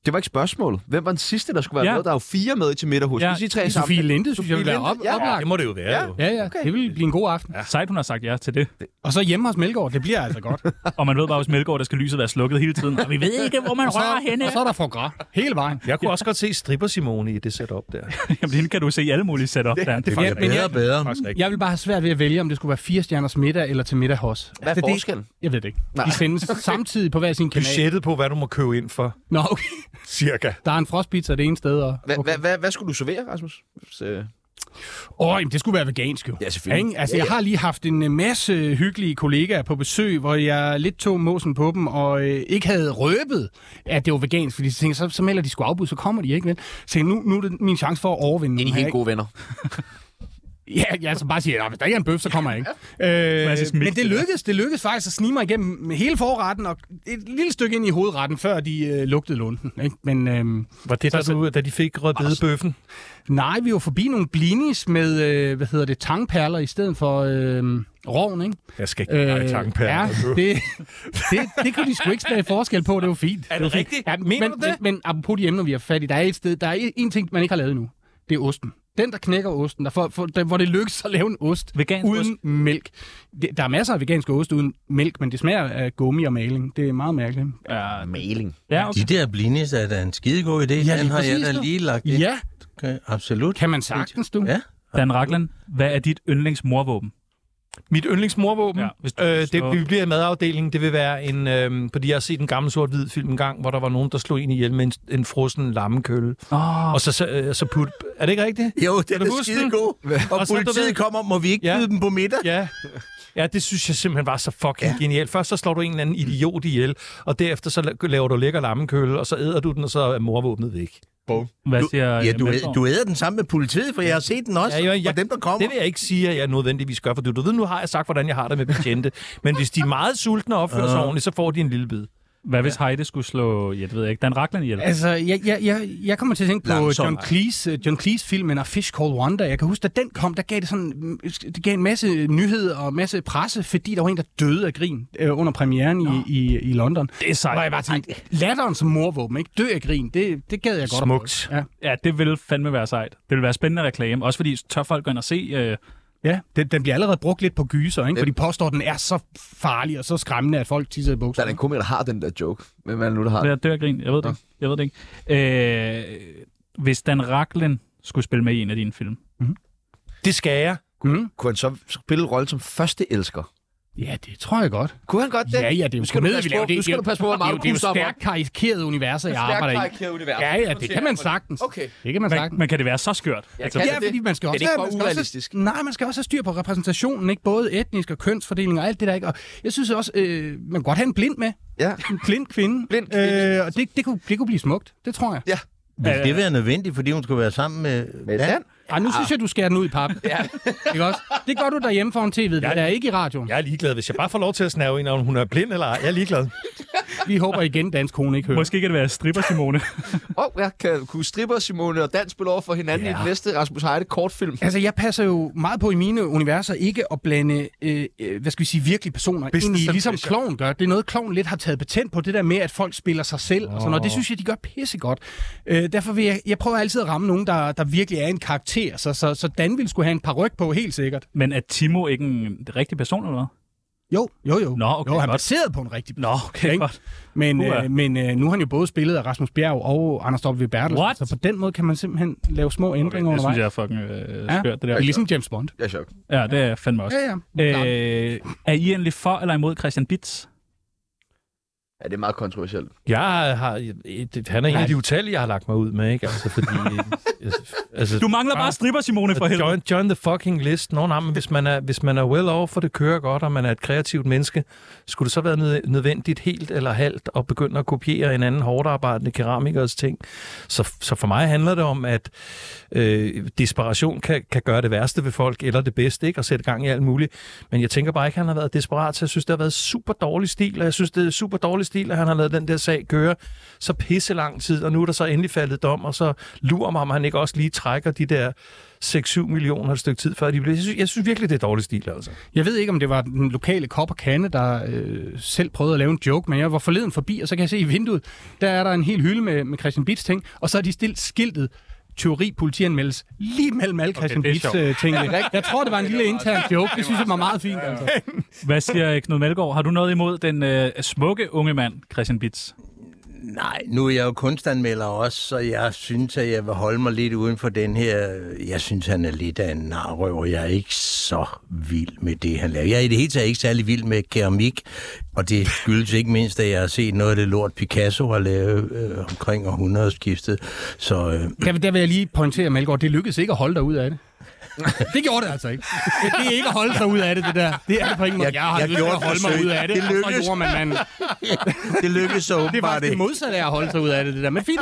Speaker 1: det var ikke spørgsmålet. Hvem var den sidste, der skulle være
Speaker 3: Ja.
Speaker 1: ja. med? Der er jo fire med til middag hos.
Speaker 3: Ja,
Speaker 1: Ja. Vi siger tre sammen.
Speaker 6: Sofie Linde, synes jeg, ville være op,
Speaker 1: Altså, ja.
Speaker 6: oplagt.
Speaker 2: Det må det jo være,
Speaker 1: Ja.
Speaker 2: jo.
Speaker 6: Ja, ja. Det ville blive en god aften.
Speaker 3: Sejt, hun har sagt ja til det.
Speaker 6: Og så hjemme hos Melgaard. Det bliver altså godt.
Speaker 3: Og man ved bare, hvis Melgaard, der skal lyset være slukket hele tiden. Og vi ved ikke, hvor man
Speaker 6: Og så,
Speaker 3: rører henne.
Speaker 6: og så er der foie gras. Hele vejen.
Speaker 2: Jeg kunne også godt se Stripper Simone i det setup der.
Speaker 3: Jamen, hende kan du se i alle mulige setup. Det, der. det,
Speaker 6: Ja, men
Speaker 5: Bedre,
Speaker 6: jeg,
Speaker 5: bedre.
Speaker 6: jeg vil bare have svært ved at vælge, om det skulle være 4 stjerners middag eller til middag hos.
Speaker 1: Hvad er
Speaker 6: Fordi-
Speaker 1: forskellen?
Speaker 6: Jeg ved det ikke. De sendes samtidig på hver sin kanal.
Speaker 2: Budgettet på, hvad du må købe ind for,
Speaker 6: Nå, okay.
Speaker 2: cirka.
Speaker 6: Der er en frostpizza det ene sted. Og...
Speaker 1: Hva-
Speaker 6: Okay.
Speaker 1: hva- hva- Hvad skulle du servere, Rasmus? øh, Så-
Speaker 6: Åh, jamen, det skulle være vegansk jo.
Speaker 1: Ja, selvfølgelig.
Speaker 6: Ikke? Altså, jeg har lige haft en øh, masse hyggelige kollegaer på besøg, hvor jeg lidt tog måsen på dem, og øh, ikke havde røbet, at det var vegansk, fordi så tænkte, jeg, så, så melder de sgu afbud, så kommer de ikke, vel? Så tænkte jeg, nu, nu er det min chance for at
Speaker 1: Ind
Speaker 6: overvinde
Speaker 1: i
Speaker 6: nogen her,
Speaker 1: helt
Speaker 6: ikke?
Speaker 1: gode venner.
Speaker 6: Ja, jeg altså bare siger, at hvis der ikke er en bøf, så kommer jeg ikke. øh,
Speaker 3: Klassisk mix,
Speaker 6: men det
Speaker 3: det der.
Speaker 6: lykkedes, det lykkedes faktisk at snige mig igennem hele forretten og et lille stykke ind i hovedretten, før de øh, lugtede lunden. Ikke? Men øh,
Speaker 2: Var det, da, du, da de fik rødbedebøffen?
Speaker 6: nej, vi var forbi nogle blinis med, øh, hvad hedder det, tangperler i stedet for øh, rovn, ikke?
Speaker 2: Jeg skal ikke
Speaker 6: Øh,
Speaker 2: øh, tanke
Speaker 6: ja, det, det, det kunne de sgu ikke smage forskel på, det var fint.
Speaker 2: Er det
Speaker 6: var fint.
Speaker 2: rigtigt?
Speaker 6: Ja,
Speaker 2: Mener
Speaker 6: men,
Speaker 2: du det?
Speaker 6: Men, men apropos de emner, vi har fat i, der er et sted, der er en- en ting, man ikke har lavet endnu. Det er osten. Den, der knækker osten, der for, for, der, hvor det lykkes at lave en ost
Speaker 3: Vegansk
Speaker 6: uden mælk. Det, der er masser af veganske ost uden mælk, men det smager af gummi og maling. Det er meget mærkeligt.
Speaker 3: ja,
Speaker 1: Maling.
Speaker 3: ja, okay.
Speaker 5: De der blinis er da en skidegod idé.
Speaker 6: Ja,
Speaker 5: Ja, den
Speaker 6: lige
Speaker 5: har jeg
Speaker 6: præcis,
Speaker 5: da
Speaker 6: du.
Speaker 5: lige lagt ind.
Speaker 6: Ja,
Speaker 5: Okay, absolut.
Speaker 6: kan man sagtens, du.
Speaker 5: Ja.
Speaker 3: Dan Ragland, hvad er dit yndlingsmorvåben?
Speaker 2: Mit yndlingsmorvåben,
Speaker 3: Ja,
Speaker 2: ja,
Speaker 3: hvis du-
Speaker 2: øh,
Speaker 3: hvis du-
Speaker 2: det vi bliver i madafdelingen, det vil være en... Øh, fordi jeg har set en gammel sort-hvid film engang, hvor der var nogen, der slog en ihjel med en, en frossen lammekølle.
Speaker 3: Åh,
Speaker 2: Og så, så, øh, så put... Er det ikke rigtigt?
Speaker 5: Jo,
Speaker 2: Kan
Speaker 5: den
Speaker 2: du
Speaker 5: er
Speaker 2: huske den?
Speaker 5: skidegod. Og,
Speaker 2: Og så, du
Speaker 5: politiet
Speaker 2: ved-
Speaker 5: kommer, må vi ikke
Speaker 2: Ja.
Speaker 5: byde dem på middag?
Speaker 2: Ja. Ja, det synes jeg simpelthen var så fucking ja. genialt. Først så slår du en eller anden
Speaker 5: Mm.
Speaker 2: idiot ihjel, og derefter så la- laver du lækker lammekølle, og så æder du den, og så er morvåbnet væk.
Speaker 3: hvad
Speaker 5: Du,
Speaker 3: siger
Speaker 5: ja, du,
Speaker 3: Melgaard?
Speaker 5: du æder den sammen med politiet, for jeg har set den også.
Speaker 2: Ja, jo, jeg-
Speaker 5: og dem, der kommer.
Speaker 2: Det vil jeg ikke sige, at jeg nødvendigvis gør, for du, du ved, nu har jeg sagt, hvordan jeg har det med betjente. Men hvis de er meget sultne og opfører sig ordentligt, så får de en lille bid.
Speaker 3: Hvad hvis Heide skulle slå, ja, det ved jeg ikke, Dan Ragland ihjel?
Speaker 6: Altså, jeg, jeg, jeg, jeg kommer til at tænke på
Speaker 5: Langsom,
Speaker 6: John
Speaker 5: ej.
Speaker 6: Cleese, øh, John Cleese filmen A Fish Called Wanda. Jeg kan huske, da den kom, der gav det sådan, mm, det gav en masse nyheder og en masse presse, fordi der var en, der døde af grin øh, under premieren i, i, i London.
Speaker 3: det er sejt.
Speaker 6: Hvor jeg bare tænkte, latteren som morvåben, ikke? Dø af grin, det, det gad jeg godt at
Speaker 2: Smukt.
Speaker 6: prøve. Ja.
Speaker 3: Ja, det ville fandme være sejt. Det ville være spændende reklame. Også fordi tør folk gå ind og se... Øh,
Speaker 6: Ja, den, den bliver allerede brugt lidt på gyser, ikke? For de påstår, at den er så farlig og så skræmmende, at folk tisser i
Speaker 1: Der er da
Speaker 6: bukserne.
Speaker 1: en komiker, der har den der joke. Hvem er det nu, der har den?
Speaker 3: hvad dør af grin? Jeg ved det ikke. Jeg ved det ikke. Øh, hvis Dan Ragland skulle spille med i en af dine film.
Speaker 2: Det skal jeg.
Speaker 6: Mm.
Speaker 1: Kunne han så spille rollen som første elsker?
Speaker 6: Ja, det tror jeg godt.
Speaker 1: Kunne han godt det?
Speaker 6: Ja, ja, det er jo
Speaker 1: Nu skal du
Speaker 6: komedie,
Speaker 1: passe
Speaker 6: vi laver.
Speaker 1: på-
Speaker 6: Det er
Speaker 1: nu skal
Speaker 6: jo-
Speaker 1: du passe på, hvor
Speaker 6: Det er
Speaker 1: meget
Speaker 6: jo,
Speaker 1: du
Speaker 6: det er jo
Speaker 1: stopper.
Speaker 6: stærkt karikerede universer, jeg arbejder i.
Speaker 1: Stærkt univers.
Speaker 6: Ja, ja, det kan man sagtens.
Speaker 1: Okay.
Speaker 6: Det kan man
Speaker 3: Men,
Speaker 6: sagtens.
Speaker 3: men kan det være så skørt?
Speaker 1: Jeg
Speaker 3: Altså,
Speaker 1: kan
Speaker 6: Ja,
Speaker 1: det.
Speaker 6: fordi man skal
Speaker 1: Er
Speaker 6: også,
Speaker 1: det ikke for
Speaker 6: man skal
Speaker 1: urealistisk?
Speaker 6: Også, nej, man skal også have styr på repræsentationen, ikke? Både etnisk og kønsfordeling og alt det der, ikke? Og jeg synes også, øh, man kan godt have en blind med.
Speaker 1: Ja.
Speaker 6: En blind kvinde.
Speaker 1: Blind kvinde.
Speaker 6: Øh, og det, det, kunne, det kunne blive smukt, det tror jeg.
Speaker 5: Vil det være nødvendigt, fordi hun skulle være sammen med...
Speaker 1: Med Dan?
Speaker 6: Ej, nu synes jeg, du skærer den ud i pap. ja. Ikke også? Det gør du derhjemme foran tv'et, det er ikke i radioen.
Speaker 2: Jeg er ligeglad, hvis jeg bare får lov til at snæve en, om hun er blind eller ej. Jeg er ligeglad.
Speaker 6: Vi håber igen, dansk kone ikke hører.
Speaker 3: Måske kan det være stripper, Simone.
Speaker 1: Åh, oh, jeg kan kunne stripper Simone og Dan spille over for hinanden ja. i den næste Rasmus Heide kortfilm.
Speaker 6: Altså, jeg passer jo meget på i mine universer ikke at blande, øh, øh, hvad skal vi sige, virkelige personer ind i,
Speaker 2: Business and
Speaker 6: ligesom
Speaker 2: pleasure.
Speaker 6: kloven gør. Det er noget, kloven lidt har taget patent på, det der med, at folk spiller sig selv oh. og sådan noget. Det synes jeg, de gør pissegodt. Øh, derfor vil jeg, jeg prøver altid at ramme nogen, der, der virkelig er en karakter, så, så, så Dan ville skulle have en par ryg på, helt sikkert.
Speaker 3: men er Timo ikke en rigtig person eller hvad?
Speaker 6: Jo, jo, jo.
Speaker 3: Nå, okay,
Speaker 6: jo, han er
Speaker 3: godt.
Speaker 6: baseret på en rigtig
Speaker 3: Nå, okay,
Speaker 6: Ikke?
Speaker 3: godt.
Speaker 6: Men,
Speaker 3: Uha.
Speaker 6: øh, men øh, nu har han jo både spillet af Rasmus Bjerg og Anders W. Bertelsen,
Speaker 3: What?
Speaker 6: så på den måde kan man simpelthen lave små
Speaker 3: Okay,
Speaker 6: ændringer
Speaker 3: det
Speaker 6: undervejs.
Speaker 3: synes jeg er fucking øh,
Speaker 6: Ja.
Speaker 3: skørt, det
Speaker 6: Det
Speaker 3: der.
Speaker 6: er ligesom James Bond.
Speaker 1: Jeg er chok.
Speaker 3: Ja, det er fandme også.
Speaker 6: Ja, ja. Øh,
Speaker 3: Øh, er I endelig for eller imod Christian Bits?
Speaker 1: Ja, det er meget kontroversielt.
Speaker 2: Jeg har, et, han er en af de utallige, jeg har lagt mig ud med, ikke? Altså, fordi... altså,
Speaker 3: Du mangler bare stripper, Simone, for helvede.
Speaker 2: Join, join the fucking list. Nå, nej, men hvis man, er, hvis man er well over for det kører godt, og man er et kreativt menneske, skulle det så være nød- nødvendigt helt eller halvt at begynde at kopiere en anden hårdt arbejdende keramikers ting? Så, så for mig handler det om, at øh, desperation kan, kan gøre det værste ved folk, eller det bedste, ikke? Og sætte gang i alt muligt. Men jeg tænker bare ikke, at han har været desperat, så jeg synes, det har været super dårlig stil, og jeg synes, det er super dårlig stil, at han har lavet den der sag køre så pisse lang tid, og nu er der så endelig faldet dom, og så lurer mig, om han ikke også lige trækker de der 6-7 millioner et stykke tid før de blev... Jeg synes, jeg synes virkelig, det er dårlig stil, altså.
Speaker 6: jeg ved ikke, om det var den lokale kop og kande, der øh, selv prøvede at lave en joke, men jeg var forleden forbi, og så kan jeg se i vinduet, der er der en hel hylde med, med Christian Bits ting, og så har de stillet skiltet teori politianmeldes lige mellem alle Christian
Speaker 3: det er
Speaker 6: Bits
Speaker 3: sjovt.
Speaker 6: øh, ting. Jeg tror, det var en lille intern joke. Det synes jeg var meget fint. Altså.
Speaker 3: Hvad siger øh, Knud Melgaard? Har du noget imod den øh, smukke unge mand, Christian Bits?
Speaker 5: Nej, nu er jeg jo kunstanmelder også, så jeg synes, at jeg vil holde mig lidt uden for den her... Jeg synes, han er lidt af en narrøv, og jeg er ikke så vild med det, han laver. Jeg er i det hele taget ikke særlig vild med keramik, og det skyldes ikke mindst, at jeg har set noget af det lort, Picasso har lavet øh, omkring århundredeskiftet. Så øh,
Speaker 6: Der, der vil jeg lige pointere, Malgaard, det lykkedes ikke at holde dig ud af det. det gjorde det altså ikke. Det, det er ikke at holde sig ud af det, det der. Det er det på ingen måde.
Speaker 5: Jeg-
Speaker 6: Jeg, jeg har
Speaker 5: jeg
Speaker 6: lyst til
Speaker 5: gjorde
Speaker 6: at holde mig
Speaker 5: forsøg.
Speaker 6: ud af det.
Speaker 5: Det
Speaker 6: og så
Speaker 5: lykkedes.
Speaker 6: gjorde man, man.
Speaker 5: det lykkedes så
Speaker 6: Det var
Speaker 5: åbenbart
Speaker 6: det
Speaker 5: ikke.
Speaker 6: modsatte af at holde sig ud af det, det der. Men fint.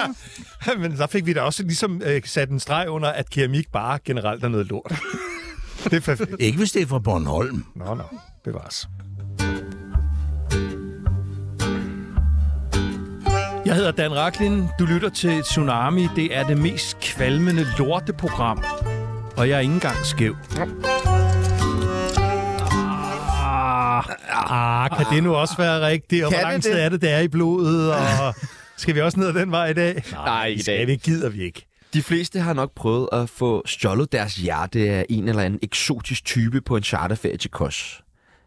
Speaker 2: Men så fik vi da også ligesom øh, sat en streg under, at keramik bare generelt er noget lort. det er perfekt.
Speaker 5: Ikke hvis det er fra Bornholm.
Speaker 2: Nå, nå. Bevares. Jeg hedder Dan Raklin. Du lytter til Tsunami. Det er det mest kvalmende lorteprogram. Og jeg er ikke engang skæv. Ah, ah, kan det nu også være rigtigt? Og
Speaker 1: Kan
Speaker 2: hvor
Speaker 1: det
Speaker 2: lang tid
Speaker 1: det?
Speaker 2: er det, det er i blodet? Og skal vi også ned ad den vej i dag?
Speaker 1: Nej, ikke i dag.
Speaker 2: Skal vi, gider vi ikke.
Speaker 1: De fleste har nok prøvet at få stjålet deres hjerte af en eller anden eksotisk type på en charterferie til Kos.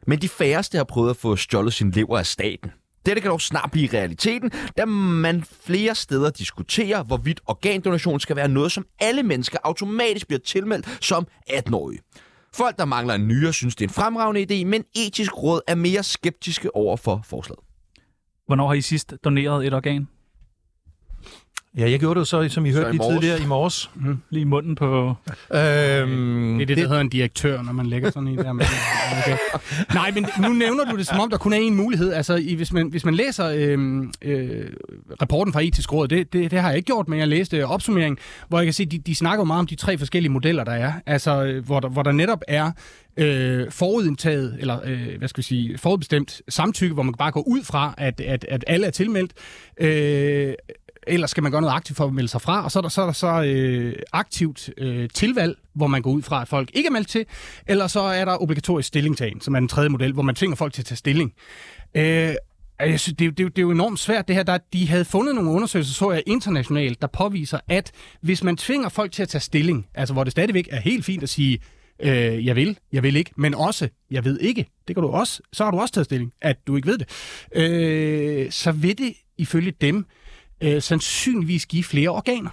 Speaker 1: Men de færreste har prøvet at få stjålet sin lever af staten. Dette kan dog snart blive realiteten, da man flere steder diskuterer, hvorvidt organdonation skal være noget, som alle mennesker automatisk bliver tilmeldt som 18-årige. Folk, der mangler en nyere, synes, det er en fremragende idé, men etisk råd er mere skeptiske over for forslaget.
Speaker 3: Hvornår har I sidst doneret et organ?
Speaker 2: Ja, jeg gjorde det jo så, som I hørte
Speaker 1: i
Speaker 2: lige
Speaker 1: morges.
Speaker 2: tidligere i morges.
Speaker 3: Lige i munden på...
Speaker 2: Øhm,
Speaker 6: Det er det, der hedder en direktør, når man lægger sådan en der. Men, okay. Nej, men nu nævner du det, som om der kun er én mulighed. Altså, i- hvis man, hvis man læser øh, øh, rapporten fra Etisk Råd, det, det, det har jeg ikke gjort, men jeg læste øh, opsummeringen, hvor jeg kan se, de, de snakker jo meget om de tre forskellige modeller, der er. Altså, øh, hvor der, hvor der netop er øh, forudindtaget, eller øh, hvad skal vi sige, forudbestemt samtykke, hvor man bare går ud fra, at, at, at alle er tilmeldt. Øh, Ellers skal man gøre noget aktivt for at melde sig fra, og så er der så, er der så øh, aktivt øh, tilvalg, hvor man går ud fra, at folk ikke er meldt til, eller så er der obligatorisk stillingtagen, som er den tredje model, hvor man tvinger folk til at tage stilling. Øh, og jeg synes, det, er jo- det, er jo- det er jo enormt svært det her. Der, de havde fundet nogle undersøgelser, så jeg internationalt, der påviser, at hvis man tvinger folk til at tage stilling, altså hvor det stadigvæk er helt fint at sige, øh, jeg vil, jeg vil ikke, men også, jeg ved ikke, det kan du også, så har du også taget stilling, at du ikke ved det, øh, så vil det ifølge dem øh, sandsynligvis give flere organer.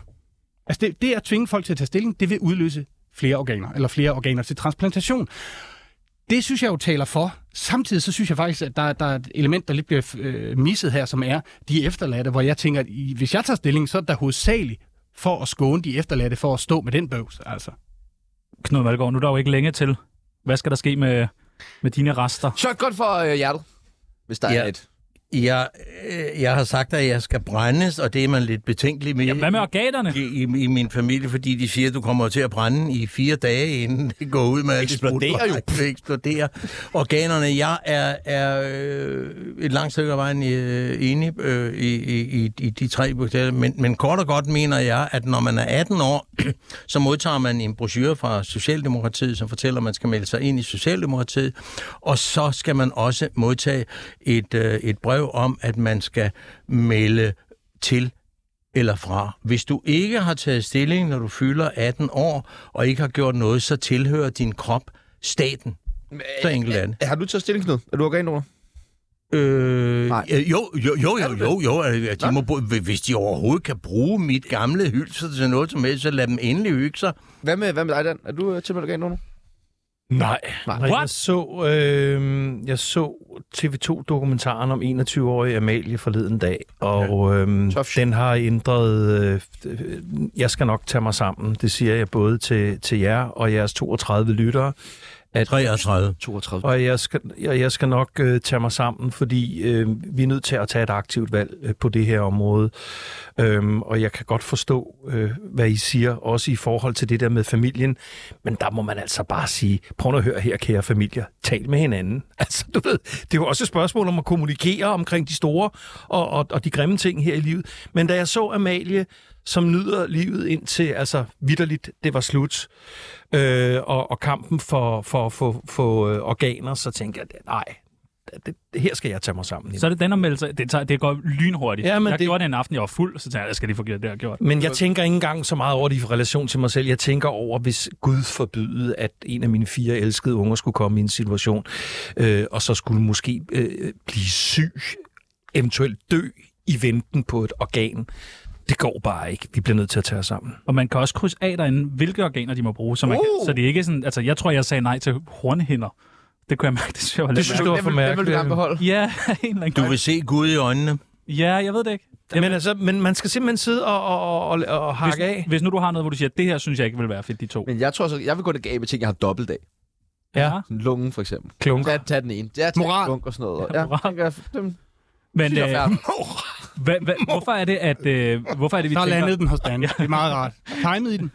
Speaker 6: Altså det, det at tvinge folk til at tage stilling, det vil udløse flere organer, eller flere organer til transplantation. Det synes jeg jo taler for. Samtidig så synes jeg faktisk, at der, der er et element, der lidt bliver øh, misset her, som er de efterladte, hvor jeg tænker, at i- hvis jeg tager stilling, så er det da hovedsageligt for at skåne de efterladte for at stå med den bøvs. Altså.
Speaker 3: Knud Malgaard, nu er der jo ikke længe til. Hvad skal der ske med, med dine rester?
Speaker 1: Så godt for øh, hjertet, hvis der ja. er
Speaker 5: Ja.
Speaker 1: et.
Speaker 5: Jeg, øh, jeg har sagt, at jeg skal brændes, og det er man lidt betænkelig med.
Speaker 3: Hvad med organerne?
Speaker 5: i, i, i min familie, fordi de siger, at du kommer til at brænde i fire dage, inden det går ud med alt det
Speaker 1: Eksploderer
Speaker 5: sprut- Det eksploderer. Organerne, jeg er, er øh, et langt stykke af vejen øh, enig øh, i, i, i, i de tre bogstaver, men, men kort og godt mener jeg, at når man er 18 år, så modtager man en brochure fra Socialdemokratiet, som fortæller, at man skal melde sig ind i Socialdemokratiet, og så skal man også modtage et, øh, et brev om, at man skal melde til eller fra. Hvis du ikke har taget stilling, når du fylder 18 år, og ikke har gjort noget, så tilhører din krop staten. Så enkelt er det.
Speaker 1: Har du taget stilling til noget? Er du organdonor?
Speaker 5: Øh,
Speaker 1: Nej.
Speaker 5: øh, jo, jo, jo, jo, jo, jo. øh, De må, bo- hvis de overhovedet kan bruge mit gamle hylser til noget som helst, så lad dem endelig hygge sig.
Speaker 1: Hvad med, hvad med dig, Dan? Er du øh, tilmeldt organdonor?
Speaker 2: Nej.
Speaker 1: Nej.
Speaker 2: Nej jeg,
Speaker 3: What?
Speaker 2: så, øh, jeg så TV2-dokumentaren om 21-årige Amalie forleden dag, og øh,
Speaker 1: Tough shit.
Speaker 2: den har ændret... Øh, øh, jeg skal nok tage mig sammen, det siger jeg både til, til jer og jeres 32 lyttere, at
Speaker 5: 33.
Speaker 1: 32.
Speaker 2: og jeg skal, jeg, jeg skal nok øh, tage mig sammen, fordi øh, vi er nødt til at tage et aktivt valg øh, på det her område. Øhm, og jeg kan godt forstå, øh, hvad I siger, også i forhold til det der med familien. Men der må man altså bare sige, prøv nu at høre her, kære familier, tal med hinanden. Altså, du ved, det er jo også et spørgsmål om at kommunikere omkring de store og, og, og de grimme ting her i livet. Men da jeg så Amalie, som nyder livet indtil, altså vidderligt, det var slut, øh, og, og kampen for, for, for, for øh, organer, så tænkte jeg, nej, det, det, her skal jeg tage mig sammen.
Speaker 3: Så er det den at melde sig. Det, tager, det går lynhurtigt.
Speaker 2: Ja, men
Speaker 3: jeg
Speaker 2: det-
Speaker 3: gjorde det en aften, jeg var fuld, så tænkte jeg, jeg skal lige få gjort det, jeg gjort.
Speaker 2: Men jeg tænker ikke engang så meget over det i relation til mig selv. Jeg tænker over, hvis Gud forbyde, at en af mine fire elskede unger skulle komme i en situation, øh, og så skulle måske øh, blive syg, eventuelt dø i venten på et organ. Det går bare ikke. Vi bliver nødt til at tage os sammen.
Speaker 3: Og man kan også krydse af derinde, hvilke organer de må bruge. Så, man kan,
Speaker 1: Uh!
Speaker 3: så det er ikke sådan... Altså, jeg tror, jeg sagde nej til hornhinder. Det kunne jeg mærke, det synes jeg var lidt...
Speaker 2: synes du var for
Speaker 1: Hvem vil du gerne
Speaker 2: mærkeligt.
Speaker 1: beholde?
Speaker 3: Ja, en eller anden
Speaker 5: Du
Speaker 3: gang.
Speaker 5: vil se Gud i øjnene.
Speaker 3: Ja, jeg ved det ikke.
Speaker 2: Men, altså, men man skal simpelthen sidde og, og, og, og hakke
Speaker 3: Hvis,
Speaker 2: af.
Speaker 3: hvis nu du har noget, hvor du siger, det her synes jeg ikke vil være fedt, de to.
Speaker 1: Men jeg tror så, jeg vil gå det gave med ting, jeg har dobbelt af.
Speaker 2: Ja,
Speaker 1: Sådan lungen for eksempel.
Speaker 2: klunker.
Speaker 1: Tag, tag den ene. Det er
Speaker 6: Moral.
Speaker 1: moral. og sådan noget. Ja,
Speaker 3: Mm. moral.
Speaker 1: moral. Ja, dem,
Speaker 3: Men
Speaker 1: synes jeg
Speaker 3: øh,
Speaker 1: er fair.
Speaker 3: hva, hva, hvorfor er det, at øh, hvorfor er det, vi
Speaker 6: Så
Speaker 3: tænker,
Speaker 6: landede den hos Dan. Det er meget rart. Timet i den.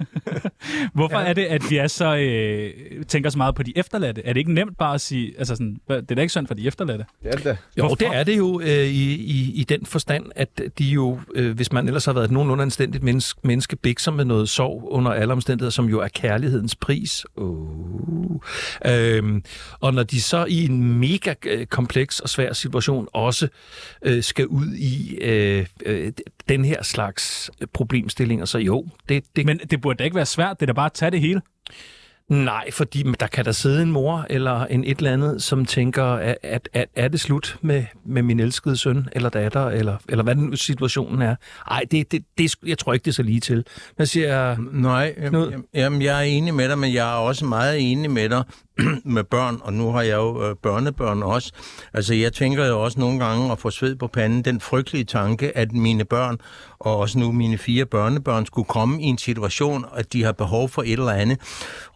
Speaker 3: hvorfor er det, at vi er så øh, tænker så meget på de efterladte? Er det ikke nemt bare at sige, altså sådan, hvad- det er da ikke synd for de efterladte?
Speaker 1: Det er det da.
Speaker 2: Jo, det er det jo øh, i, i, i den forstand, at de jo, øh, hvis man ellers har været et nogenlunde anstændigt menneske, menneske bikser med noget sorg under alle omstændigheder, som jo er kærlighedens pris. Oh. Øhm, og når de så i en mega øh, kompleks og svær situation også øh, skal ud i øh, øh, den her slags problemstillinger, så jo, det, det
Speaker 3: Men det burde da ikke være svært, det er da bare at tage det hele.
Speaker 2: Nej, fordi der kan der sidde en mor eller en et eller andet, som tænker, at, at, at er det slut med, med min elskede søn eller datter, eller, eller hvad den situationen er. Nej, det, det, det, er sgu- jeg tror ikke, det er så lige til. Hvad siger jeg?
Speaker 5: Nej, øhm,
Speaker 2: Knud?
Speaker 5: jamen, jamen, jeg er enig med dig, men jeg er også meget enig med dig med børn, og nu har jeg jo øh, børnebørn også. Altså, jeg tænker jo også nogle gange at få sved på panden, den frygtelige tanke, at mine børn, og også nu mine fire børnebørn, skulle komme i en situation, at de har behov for et eller andet,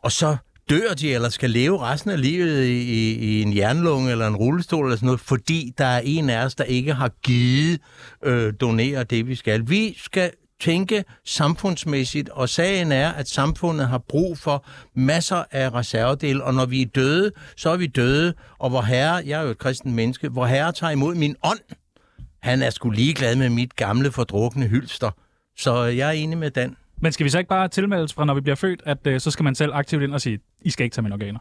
Speaker 5: og så dør de eller skal leve resten af livet i, i, i en jernlunge eller en rullestol eller sådan noget, fordi der er en af os, der ikke har givet øh, donere det, vi skal. Vi skal tænke samfundsmæssigt, og sagen er, at samfundet har brug for masser af reservedele, og når vi er døde, så er vi døde, og hvor herre, jeg er jo et kristen menneske, hvor herre tager imod min ånd, han er sgu ligeglad med mit gamle fordrukne hylster. Så jeg er enig med Dan.
Speaker 3: Men skal vi så ikke bare tilmeldes fra, når vi bliver født, at øh, så skal man selv aktivt ind og sige, I skal ikke tage mine organer?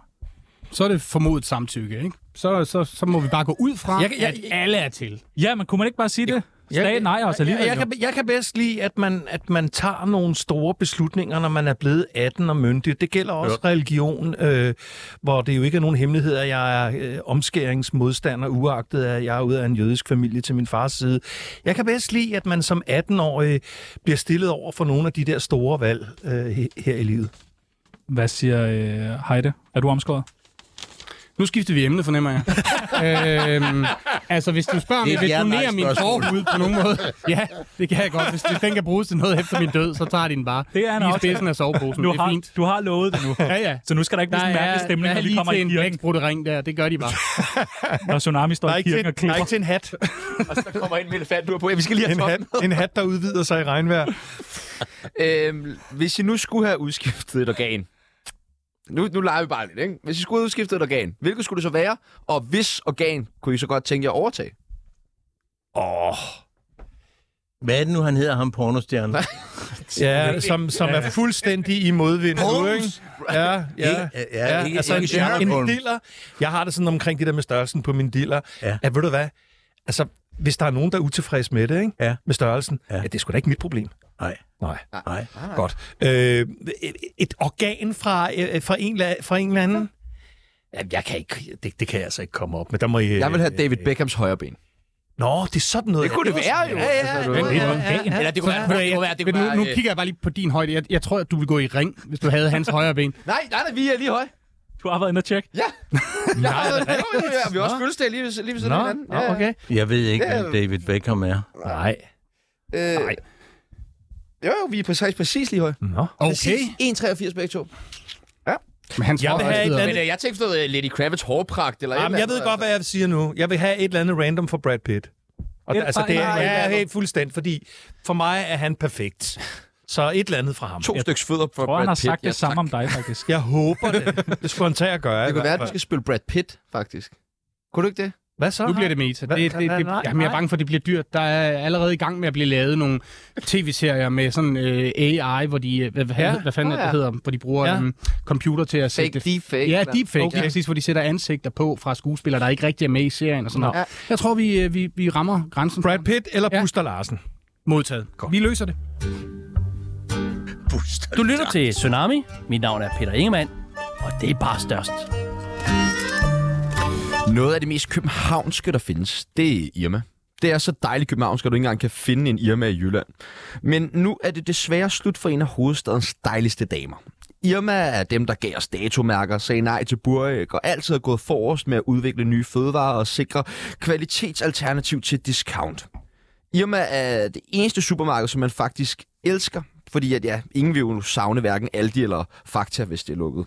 Speaker 6: Så er det formodet samtykke, ikke? Så, så, så må vi bare gå ud fra,
Speaker 2: Jeg kan- jeg-
Speaker 6: at alle er til.
Speaker 3: Ja, men kunne man ikke bare sige det? Staten nej os alligevel.
Speaker 2: jeg, jeg,
Speaker 3: jo.
Speaker 2: kan, jeg kan bedst lide, at man, at man tager nogle store beslutninger, når man er blevet 18 og myndig. Det gælder også ja. religion, øh, hvor det jo ikke er nogen hemmelighed, at jeg er øh, omskæringsmodstander, uagtet at jeg er ude af en jødisk familie til min fars side. Jeg kan bedst lide, at man som 18-årig bliver stillet over for nogle af de der store valg øh, he- her i livet.
Speaker 3: Hvad siger øh, Heide? Er du omskåret?
Speaker 6: Nu skifter vi emne, fornemmer jeg. øhm, altså, hvis du spørger, om
Speaker 5: Det er
Speaker 6: jeg vil
Speaker 5: et
Speaker 6: donere min
Speaker 5: ja-nej-spørgsmål.
Speaker 6: forhud på nogen måde. Ja, det kan jeg godt. Hvis, hvis den kan bruges til noget efter min død, så tager de den bare.
Speaker 3: Det er en
Speaker 6: Lige i
Speaker 3: aftale.
Speaker 6: spidsen af soveposen.
Speaker 3: Du
Speaker 6: det er
Speaker 3: har,
Speaker 6: fint.
Speaker 3: du har lovet det nu.
Speaker 6: Ja, ja.
Speaker 3: Så nu skal der ikke blive sådan en mærkelig stemning,
Speaker 6: der
Speaker 3: når
Speaker 6: er
Speaker 3: vi
Speaker 6: lige
Speaker 3: kommer i
Speaker 6: til en
Speaker 3: kirken,
Speaker 6: blæksprutte ring der. Det gør de bare.
Speaker 3: når Tsunami står
Speaker 2: Der er
Speaker 3: i
Speaker 2: ikke
Speaker 3: kirken og
Speaker 2: til, der er
Speaker 3: klipper.
Speaker 2: ikke til en hat.
Speaker 1: Der kommer ind med elefantluer på. Ja, vi skal lige have
Speaker 2: En
Speaker 1: top.
Speaker 2: hat, en hat, der udvider sig i regnvejr.
Speaker 1: Øhm, hvis I nu skulle have udskiftet et organ, nu, nu leger vi bare lidt, ikke? Hvis I skulle have udskiftet et organ, hvilket skulle det så være? Og hvis organ kunne I så godt tænke jer at overtage?
Speaker 5: Hvad er det nu, han hedder, ham pornostjerne?
Speaker 2: Ja, som, som er fuldstændig i modvind. nu, ikke? Ja, ja.
Speaker 5: Ikke- ja,
Speaker 2: ja,
Speaker 5: ikke-
Speaker 2: altså en,
Speaker 5: ikke
Speaker 2: en,
Speaker 5: Sherlock
Speaker 2: en
Speaker 5: Holmes.
Speaker 2: diller. Jeg har det sådan omkring det der med størrelsen på min diller.
Speaker 5: Ja.
Speaker 2: Ja. At ved du hvad? Altså, hvis der er nogen, der er utilfreds med det, ikke?
Speaker 5: Ja.
Speaker 2: med størrelsen,
Speaker 5: Ja.
Speaker 2: ja. Ja, det er sgu da ikke mit problem.
Speaker 5: Nej,
Speaker 2: Nej,
Speaker 1: Ah,
Speaker 5: nej.
Speaker 2: godt. Øh, et- et organ fra, øh, fra, en, la- fra en eller anden? Jamen, jeg kan ikke, det, det kan jeg altså ikke komme op med. Der må I,
Speaker 1: Jeg vil have David Beckhams højre ben.
Speaker 2: Nå, det er sådan noget.
Speaker 1: Det kunne det være, jo. Ja, ja,
Speaker 3: Men lidt om dagen.
Speaker 7: Eller det kunne være, det kunne være, det
Speaker 6: Men
Speaker 7: kunne
Speaker 6: nu,
Speaker 7: være...
Speaker 6: nu
Speaker 7: øh,
Speaker 6: kigger jeg bare lige på din højde. Jeg, jeg tror, at du ville gå i ring, hvis du havde hans højre ben.
Speaker 1: Nej, nej, nej, vi er lige høje.
Speaker 3: Du har været inde og tjekke.
Speaker 1: Ja. Jeg har været jo, jo, jo, vi er også fødselsdag lige, ved- lige ved siden af
Speaker 2: Nå,
Speaker 1: hinanden.
Speaker 2: nå, okay.
Speaker 5: Jeg ved ikke,
Speaker 1: Det er-
Speaker 5: hvem David Beckham er.
Speaker 2: Nej.
Speaker 1: Øh, Jo, jo, vi er præcis, præcis lige høje.
Speaker 2: Nå.
Speaker 6: Okay.
Speaker 1: Præcis 1,83 begge to.
Speaker 6: Men hans
Speaker 2: Jeg vil
Speaker 6: højre
Speaker 2: have
Speaker 6: side-
Speaker 2: et eller
Speaker 7: Men
Speaker 2: andet...
Speaker 7: øh, jeg tænkte sådan noget øh, Lady Kravitz hårpragt, eller et
Speaker 2: Jamen,
Speaker 7: eller
Speaker 2: jeg ved
Speaker 7: andet,
Speaker 2: godt,
Speaker 6: altså.
Speaker 2: hvad jeg siger nu. Jeg vil have et eller andet random for Brad Pitt. Og, altså, det er, jeg er helt fuldstændig, fordi for mig er han perfekt. Så et eller andet fra ham.
Speaker 1: To styks fødder for
Speaker 3: Jeg tror,
Speaker 1: Brad
Speaker 3: han har
Speaker 1: Pitt.
Speaker 3: sagt
Speaker 1: ja,
Speaker 3: det samme
Speaker 1: tak.
Speaker 3: om dig, faktisk.
Speaker 2: Jeg håber det. Det skulle han tage at gøre.
Speaker 1: Det
Speaker 2: i
Speaker 1: kunne
Speaker 2: hvert
Speaker 1: være, at du
Speaker 2: fald.
Speaker 1: skal spille Brad Pitt, faktisk. Kunne du ikke det?
Speaker 2: Hvad så?
Speaker 6: Nu bliver det meta.
Speaker 2: Hvad?
Speaker 6: Det, det, det,
Speaker 2: Nej, nej,
Speaker 6: jamen, jeg er
Speaker 2: nej.
Speaker 6: bange for, at det bliver dyrt. Der er allerede i gang med at blive lavet nogle tv-serier med sådan øh, AI, hvor de... øh, Hvad, hvad,
Speaker 2: Ja.
Speaker 6: hvad fanden er det,
Speaker 1: Nå, ja.
Speaker 6: det hedder? Hvor de bruger
Speaker 2: Ja.
Speaker 6: ja. um, computer til at
Speaker 1: Fake
Speaker 6: sætte...
Speaker 1: deepfake.
Speaker 6: Ja,
Speaker 1: eller-
Speaker 6: deepfake.
Speaker 2: Okay.
Speaker 6: Okay. Præcis, hvor de sætter ansigter på fra skuespillere, der ikke rigtig er med i serien og sådan noget.
Speaker 1: Ja.
Speaker 6: Ja. Jeg tror, vi, øh, vi, vi rammer grænsen.
Speaker 2: Brad Pitt eller
Speaker 6: Ja.
Speaker 2: Buster Larsen?
Speaker 6: Modtaget. Godt. Vi løser det.
Speaker 10: Du lytter til Tsunami. Mit navn er Peter Ingemann, og det er bare størst.
Speaker 1: Noget af det mest københavnske, der findes, det er Irma. Det er så dejligt københavnsk, at du ikke engang kan finde en Irma i Jylland. Men nu er det desværre slut for en af hovedstadens dejligste damer. Irma er dem, der gav os datomærker, sagde nej til Burek og altid har gået forrest med at udvikle nye fødevarer og sikre kvalitetsalternativ til discount. Irma er det eneste supermarked, som man faktisk elsker, fordi at, ja, ingen vil jo savne hverken Aldi eller Fakta, hvis det er lukket.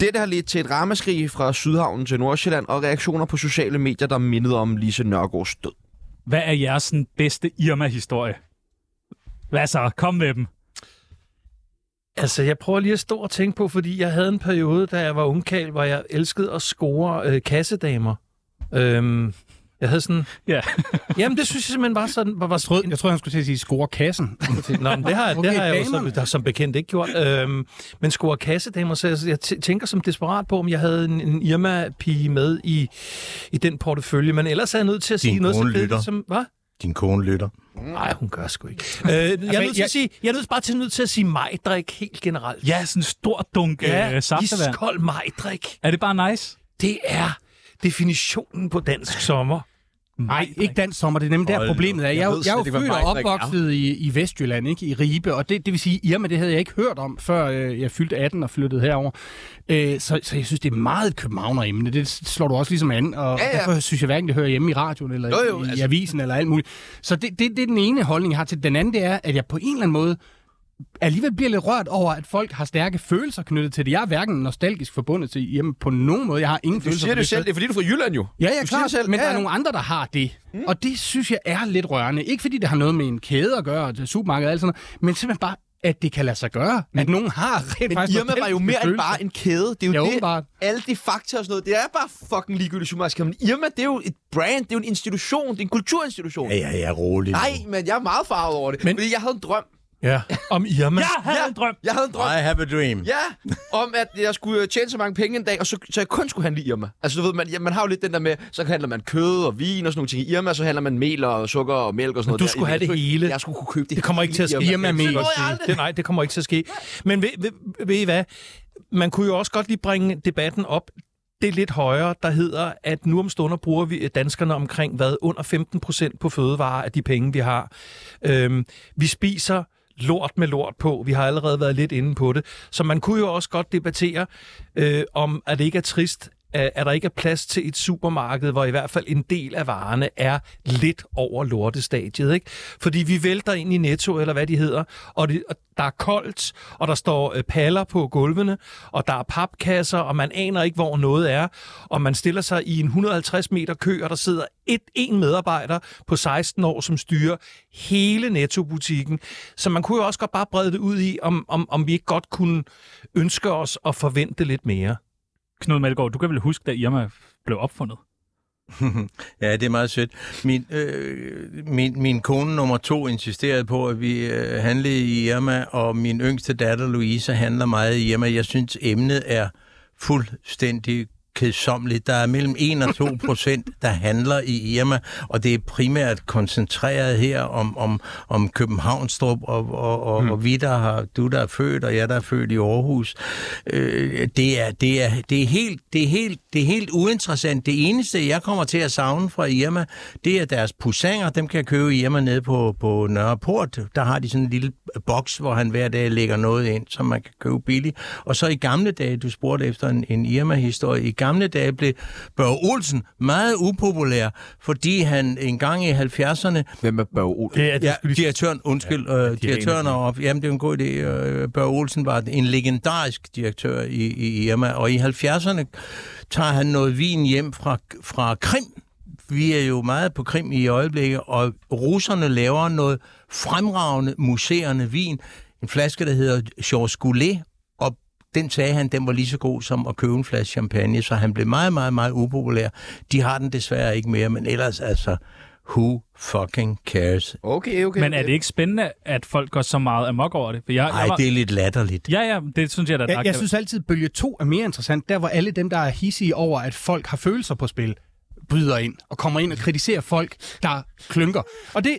Speaker 1: Dette har ledt til et ramaskrig fra Sydhavnen til Nordsjælland og reaktioner på sociale medier, der mindede om Lise Nørgaards død.
Speaker 3: Hvad er jeres sådan, bedste Irma-historie? Hvad så? Kom med dem.
Speaker 2: Altså, jeg prøver lige at stå og tænke på, fordi jeg havde en periode, da jeg var ungkald, hvor jeg elskede at score øh, kassedamer. Øhm, jeg havde sådan...
Speaker 3: Ja.
Speaker 2: Jamen, det synes jeg simpelthen var sådan... Var, var
Speaker 6: Jeg troede, jeg troede, han skulle til at sige, score kassen.
Speaker 2: Nå, men det har, okay,
Speaker 6: Okay,
Speaker 2: det har jeg jo som,
Speaker 6: damerne.
Speaker 2: der, som bekendt ikke gjort. Øhm, men score kassedamer, så jeg, jeg tæ- tænker som desperat på, om jeg havde en, en Irma-pige med i, i den portefølje. Men ellers er jeg nødt til at
Speaker 5: Din
Speaker 2: sige noget så
Speaker 5: kone lytter.
Speaker 2: kedeligt som... Hvad?
Speaker 5: Din kone lytter.
Speaker 2: Nej, hun gør sgu ikke. Øh, jeg, er nødt til at
Speaker 6: jeg-
Speaker 2: sige, jeg er nødt, bare til, nødt til at sige majdrik helt generelt.
Speaker 3: Ja, sådan en stor dunk ja, øh, saftevand.
Speaker 2: iskold majdrik.
Speaker 3: Er det bare nice?
Speaker 2: Det er definitionen på dansk sommer.
Speaker 6: Nej, ikke dansk sommer. Det er nemlig der problemet er. Jeg,
Speaker 1: Jeg
Speaker 6: jeg,
Speaker 1: ved
Speaker 6: jeg er
Speaker 1: slet
Speaker 6: jo
Speaker 1: ikke, hvad
Speaker 6: født og
Speaker 1: Mike-drik er.
Speaker 6: opvokset i, i Vestjylland, ikke? i Ribe, og det, det vil sige, Irma, det havde jeg ikke hørt om, før øh, jeg fyldte 18 og flyttede herover. Øh, så, så jeg synes, det er meget et københavneremne. Det slår du også ligesom an, og
Speaker 1: Ja,
Speaker 6: ja,
Speaker 1: ja.
Speaker 6: ja. derfor synes jeg hverken, det hører hjemme i radioen eller
Speaker 1: Jo, jo,
Speaker 6: i,
Speaker 1: altså-
Speaker 6: i avisen eller alt muligt. Så det, det, det er den ene holdning, jeg har til det. Den anden, det er, at jeg på en eller anden måde alligevel bliver lidt rørt over, at folk har stærke følelser knyttet til det. Jeg er hverken nostalgisk forbundet til Irma på nogen måde. Jeg har ingen
Speaker 1: Du
Speaker 6: følelser
Speaker 1: siger
Speaker 6: for
Speaker 1: det jo selv, det er fordi, du er fra Jylland jo.
Speaker 6: Ja, ja,
Speaker 1: Du siger
Speaker 6: klart,
Speaker 1: selv,
Speaker 6: selv. men
Speaker 1: ja,
Speaker 6: der er
Speaker 1: ja.
Speaker 6: nogle andre, der har det. Mm. Og det synes jeg er lidt rørende. Ikke fordi det har noget med en kæde at gøre, og til supermarkedet og alt sådan noget, men simpelthen bare, at det kan lade sig gøre. Men, at nogen har rent
Speaker 1: Men
Speaker 6: faktisk
Speaker 1: Irma var jo
Speaker 6: nostalgiske
Speaker 1: mere end
Speaker 6: følelser.
Speaker 1: bare en kæde. Det er jo
Speaker 6: Ja,
Speaker 1: det,
Speaker 6: åbenbart.
Speaker 1: alle de fakta og sådan noget. Det er bare fucking ligegyldigt supermarked. Men Irma, det er jo et brand, det er jo en institution, det er en kulturinstitution.
Speaker 5: Ja, ja, ja, rolig. nu.
Speaker 1: Nej, men jeg er meget farvet over det, men... fordi jeg havde en drøm.
Speaker 2: Ja. Om Irma.
Speaker 3: Jeg havde
Speaker 1: Ja.
Speaker 3: ja. en drøm!
Speaker 1: Jeg havde en drøm.
Speaker 5: I have a dream.
Speaker 1: Ja, om at jeg skulle øh, tjene så mange penge en dag, og så, så jeg kun skulle handle Irma. Altså du ved, man, ja, man har jo lidt den der med, så handler man kød og vin og sådan nogle ting i Irma, så handler man mel og sukker og mælk og sådan noget.
Speaker 2: du
Speaker 1: der.
Speaker 2: skulle have
Speaker 1: Jeg
Speaker 2: det
Speaker 1: skulle-
Speaker 2: hele.
Speaker 1: Jeg skulle kunne købe det
Speaker 2: Det kommer ikke til at ske.
Speaker 1: hele i
Speaker 6: Irma
Speaker 1: Irma.
Speaker 6: er
Speaker 1: Det
Speaker 6: mega.
Speaker 1: nåede jeg
Speaker 2: Det,
Speaker 1: aldrig.
Speaker 2: nej, det kommer ikke til at ske. Men ved, ved, ved I hvad? Man kunne jo også godt lige bringe debatten op det er lidt højere, der hedder, at nu om stunder bruger vi øh, danskerne omkring, hvad, under 15 procent på fødevarer af de penge, vi har. Øhm, vi spiser lort med lort på. Vi har allerede været lidt inde på det. Så man kunne jo også godt debattere, øh, om at det ikke er trist, at at der ikke er plads til et supermarked, hvor i hvert fald en del af varerne er lidt over lortestadiet. Ikke? Fordi vi vælter ind i Netto, eller hvad de hedder, og, det, og der er koldt, og der står øh, paller på gulvene, og der er papkasser, og man aner ikke, hvor noget er, og man stiller sig i en 150 meter kø, og der sidder et, en medarbejder på 16 år, som styrer hele Netto-butikken. Så man kunne jo også godt bare brede det ud i, om, om, om vi ikke godt kunne ønske os at forvente lidt mere.
Speaker 3: Knud Malgaard, du kan vel huske, da Irma blev opfundet?
Speaker 5: Ja, det er meget sødt. Min, øh, min, min kone nummer to insisterede på, at vi øh, handlede i Irma, og min yngste datter Louise handler meget i Irma. Jeg synes, emnet er fuldstændig kedsommeligt. Der er mellem 1 og 2 procent, der handler i Irma, og det er primært koncentreret her om, om, om Københavnstrup og, og, og, mm. og vi, der har, du der er født, og jeg der er født i Aarhus. Øh, det, er, det, er, det, er helt, det, er helt, det er helt uinteressant. Det eneste, jeg kommer til at savne fra Irma, det er deres poussanger. Dem kan jeg købe i Irma nede på, på Nørreport. Der har de sådan en lille boks, hvor han hver dag lægger noget ind, som man kan købe billigt. Og så i gamle dage, du spurgte efter en, en Irma-historie, i gamle dage blev Børge Olsen meget upopulær, fordi han engang i 70'erne...
Speaker 1: Hvem er Børge Olsen?
Speaker 5: Ja, ja, direktøren, undskyld, ja, øh, direktøren og op. Jamen, det er en god idé. Øh, Børge Olsen var en legendarisk direktør i, i Irma, og i 70'erne tager han noget vin hjem fra, fra Krim, vi er jo meget på Krim i øjeblikket, og russerne laver noget fremragende, museerne vin. En flaske, der hedder Georges Goulet, og den sagde han, den var lige så god som at købe en flaske champagne, så han blev meget, meget, meget upopulær. De har den desværre ikke mere, men ellers altså, who fucking cares?
Speaker 7: Okay,
Speaker 6: Øh,
Speaker 7: okay.
Speaker 3: Men er det ikke spændende, at folk går så meget amok over det? For jeg,
Speaker 5: Nej,
Speaker 3: jeg var...
Speaker 5: det er lidt latterligt.
Speaker 3: Ja, ja, det synes jeg da. der
Speaker 6: Jeg, jeg
Speaker 3: kan-
Speaker 6: synes altid, at bølge 2 er mere interessant, der hvor alle dem, der er hissige over, at folk har følelser på spil, bryder ind og kommer ind og kritiserer folk, der klynker. Og det,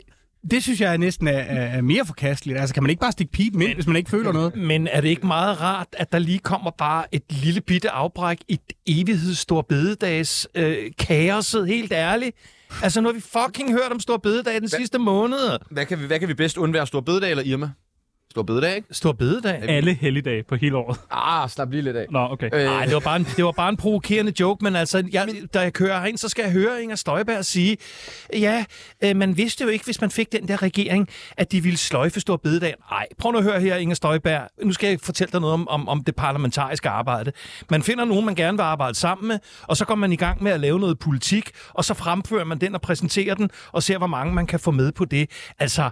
Speaker 6: det synes jeg næsten er, er, er mere forkasteligt. Altså, kan man ikke bare stikke pipen ind, hvis man ikke føler noget?
Speaker 2: Men er det ikke meget rart, at der lige kommer bare et lille bitte afbræk i et evighedsstort bededags øh, kaoset, helt ærligt? Altså, nu har vi fucking hørt om stor bededag den sidste måned.
Speaker 1: Hvad kan, vi, hvad kan vi bedst undvære? Stor bededag eller Irma? Stor bededag, ikke?
Speaker 2: Stor bededag?
Speaker 3: Alle helligdage på hele året.
Speaker 1: Ah, slap lige lidt af.
Speaker 3: Nå, okay.
Speaker 1: Øh,
Speaker 2: Nej, det var bare en, det var bare en provokerende joke, men altså, jeg, da jeg kører herind, så skal jeg høre Inger Støjberg sige, ja, øh, man vidste jo ikke, hvis man fik den der regering, at de ville sløjfe stor bededag. Nej, prøv nu at høre her, Inger Støjberg. Nu skal jeg fortælle dig noget om, om, om det parlamentariske arbejde. Man finder nogen, man gerne vil arbejde sammen med, og så går man i gang med at lave noget politik, og så fremfører man den og præsenterer den, og ser, hvor mange man kan få med på det. Altså,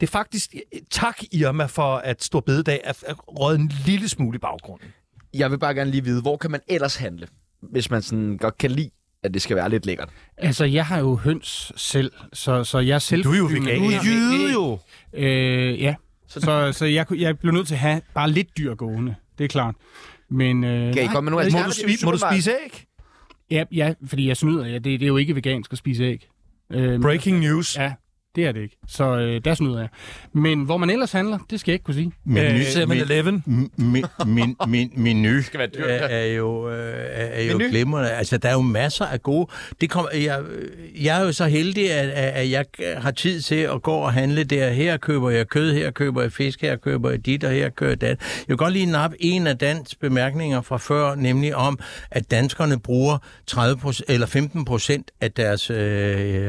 Speaker 2: det er faktisk eh, tak, Irma, for at Stor Bededag er, er røget en lille smule i baggrunden.
Speaker 1: Jeg vil bare gerne lige vide, hvor kan man ellers handle, hvis man sådan godt kan lide, at det skal være lidt lækkert?
Speaker 6: Altså, jeg har jo høns selv, så, så jeg er selv...
Speaker 2: Du er jo veganer.
Speaker 1: Jyde jo!
Speaker 6: Øh, ja. Så, så jeg, kunne- jeg blev nødt til at have bare lidt dyr gående. Det er klart. Men, øh,
Speaker 1: Kan I komme med nogle
Speaker 2: Må du,
Speaker 1: alternative
Speaker 2: spi- må du
Speaker 1: supermarkeder?
Speaker 2: spise æg?
Speaker 6: ja, ja, fordi jeg snyder. Ja, det, det er jo ikke vegansk at spise æg. Øh,
Speaker 2: Breaking news.
Speaker 6: Ja, det er det ikke. Så øh, der snyder jeg. Men hvor man ellers handler, det skal jeg ikke kunne sige.
Speaker 5: Men
Speaker 2: Øh,
Speaker 5: ny-
Speaker 2: 7-Eleven.
Speaker 5: min, min, min, min, menu
Speaker 7: skal være dyrt,
Speaker 5: er, er jo, øh, er, er jo glimrende. Altså, der er jo masser af gode... Det kom, jeg, jeg er jo så heldig, at, at at jeg har tid til at gå og handle der. Her køber jeg kød, her køber jeg fisk, her køber jeg dit, og her køber jeg dat. Jeg vil godt lige nappe en af Dans bemærkninger fra før, nemlig om, at danskerne bruger 30 eller 15 procent af deres øh,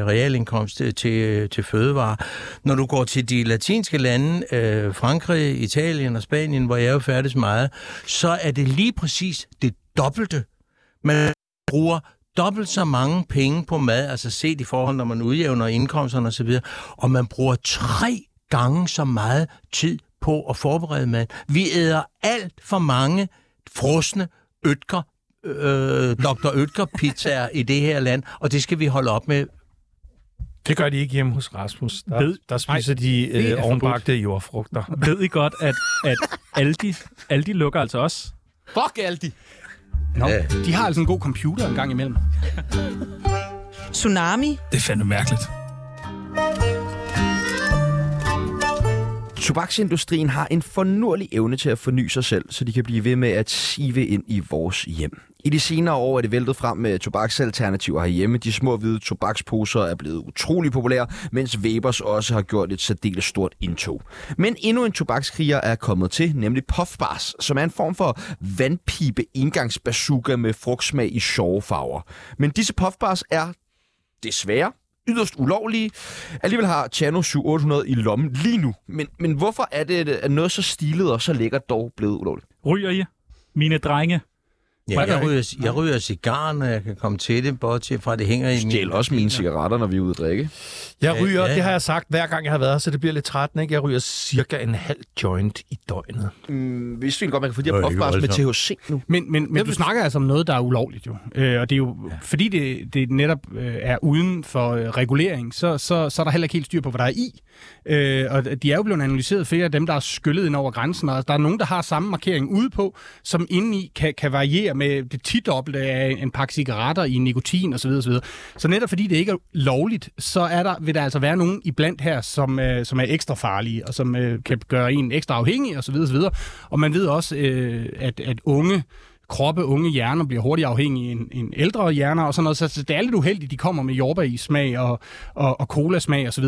Speaker 5: realindkomst øh, til, til, til fødevarer. Når du går til de latinske lande, øh, Frankrig, Italien og Spanien, hvor jeg jo færdes meget, så er det lige præcis det dobbelte. Man bruger dobbelt så mange penge på mad, altså set i forhold, når man udjævner indkomsterne osv., og man bruger tre gange så meget tid på at forberede mad. Vi æder alt for mange frosne øtker, øh, Dr. Øtker pizzaer i det her land, og det skal vi holde op med.
Speaker 2: Det gør de ikke hjemme hos Rasmus. Der,
Speaker 3: Ved-
Speaker 2: der spiser de
Speaker 3: er
Speaker 2: øh,
Speaker 3: forbudt.
Speaker 2: ovenbagte jordfrugter.
Speaker 3: Ved I godt, at, at Aldi, Aldi lukker altså også?
Speaker 7: Fuck Aldi!
Speaker 6: Nå, de har altså en god computer en gang imellem.
Speaker 11: Tsunami.
Speaker 3: Det er fandme mærkeligt.
Speaker 1: Tobaksindustrien har en fornurlig evne til at forny sig selv, så de kan blive ved med at sive ind i vores hjem. I de senere år er det væltet frem med tobaksalternativer herhjemme. De små hvide tobaksposer er blevet utrolig populære, mens Webers også har gjort et særdeles stort indtog. Men endnu en tobakskriger er kommet til, nemlig puffbars, som er en form for vandpipe indgangsbazooka med frugtsmag i sjove farver. Men disse puffbars er desværre yderst ulovlige. Alligevel har Chano 7800 i lommen lige nu. Men, men hvorfor er det, at noget så stilet og så lækkert dog blevet ulovligt?
Speaker 3: Ryger I? Mine drenge.
Speaker 5: Ja, jeg ryger, jeg ryger cigar, når jeg kan komme til det, bortset fra, at det hænger i min...
Speaker 1: Stjæl også mine cigaretter, når vi er ude at drikke.
Speaker 2: Jeg ryger,
Speaker 5: ja, ja.
Speaker 2: det har jeg sagt hver gang, jeg har været her, så det bliver lidt træt, ikke? Jeg ryger cirka en halv joint i døgnet.
Speaker 1: Mm, vi synes godt, man kan få de her
Speaker 5: Nå, det er
Speaker 1: puffbars
Speaker 5: jo
Speaker 1: med
Speaker 5: voldsomt.
Speaker 1: THC nu.
Speaker 6: Men, men, men du snakker altså om noget, der er ulovligt jo. Øh, og det er jo, ja. fordi det, det netop øh, er uden for øh, regulering, så, så, så er der heller ikke helt styr på, hvad der er i. Øh, og de er jo blevet analyseret flere af dem, der er skyllet ind over grænsen, og der er nogen, der har samme markering ude på, som indeni kan, kan variere sker med det tidobbelte af en pakke cigaretter i nikotin osv. osv. Så netop fordi det ikke er lovligt, så er der, vil der altså være nogen iblandt her, som, øh, som er ekstra farlige, og som øh, kan gøre en ekstra afhængig osv. osv. Og man ved også, øh, at, at unge kroppe, unge hjerner bliver hurtigt afhængige end, end ældre hjerner og sådan noget. Så, så det er lidt uheldigt, de kommer med jordbærsmag og, og, og colasmag osv.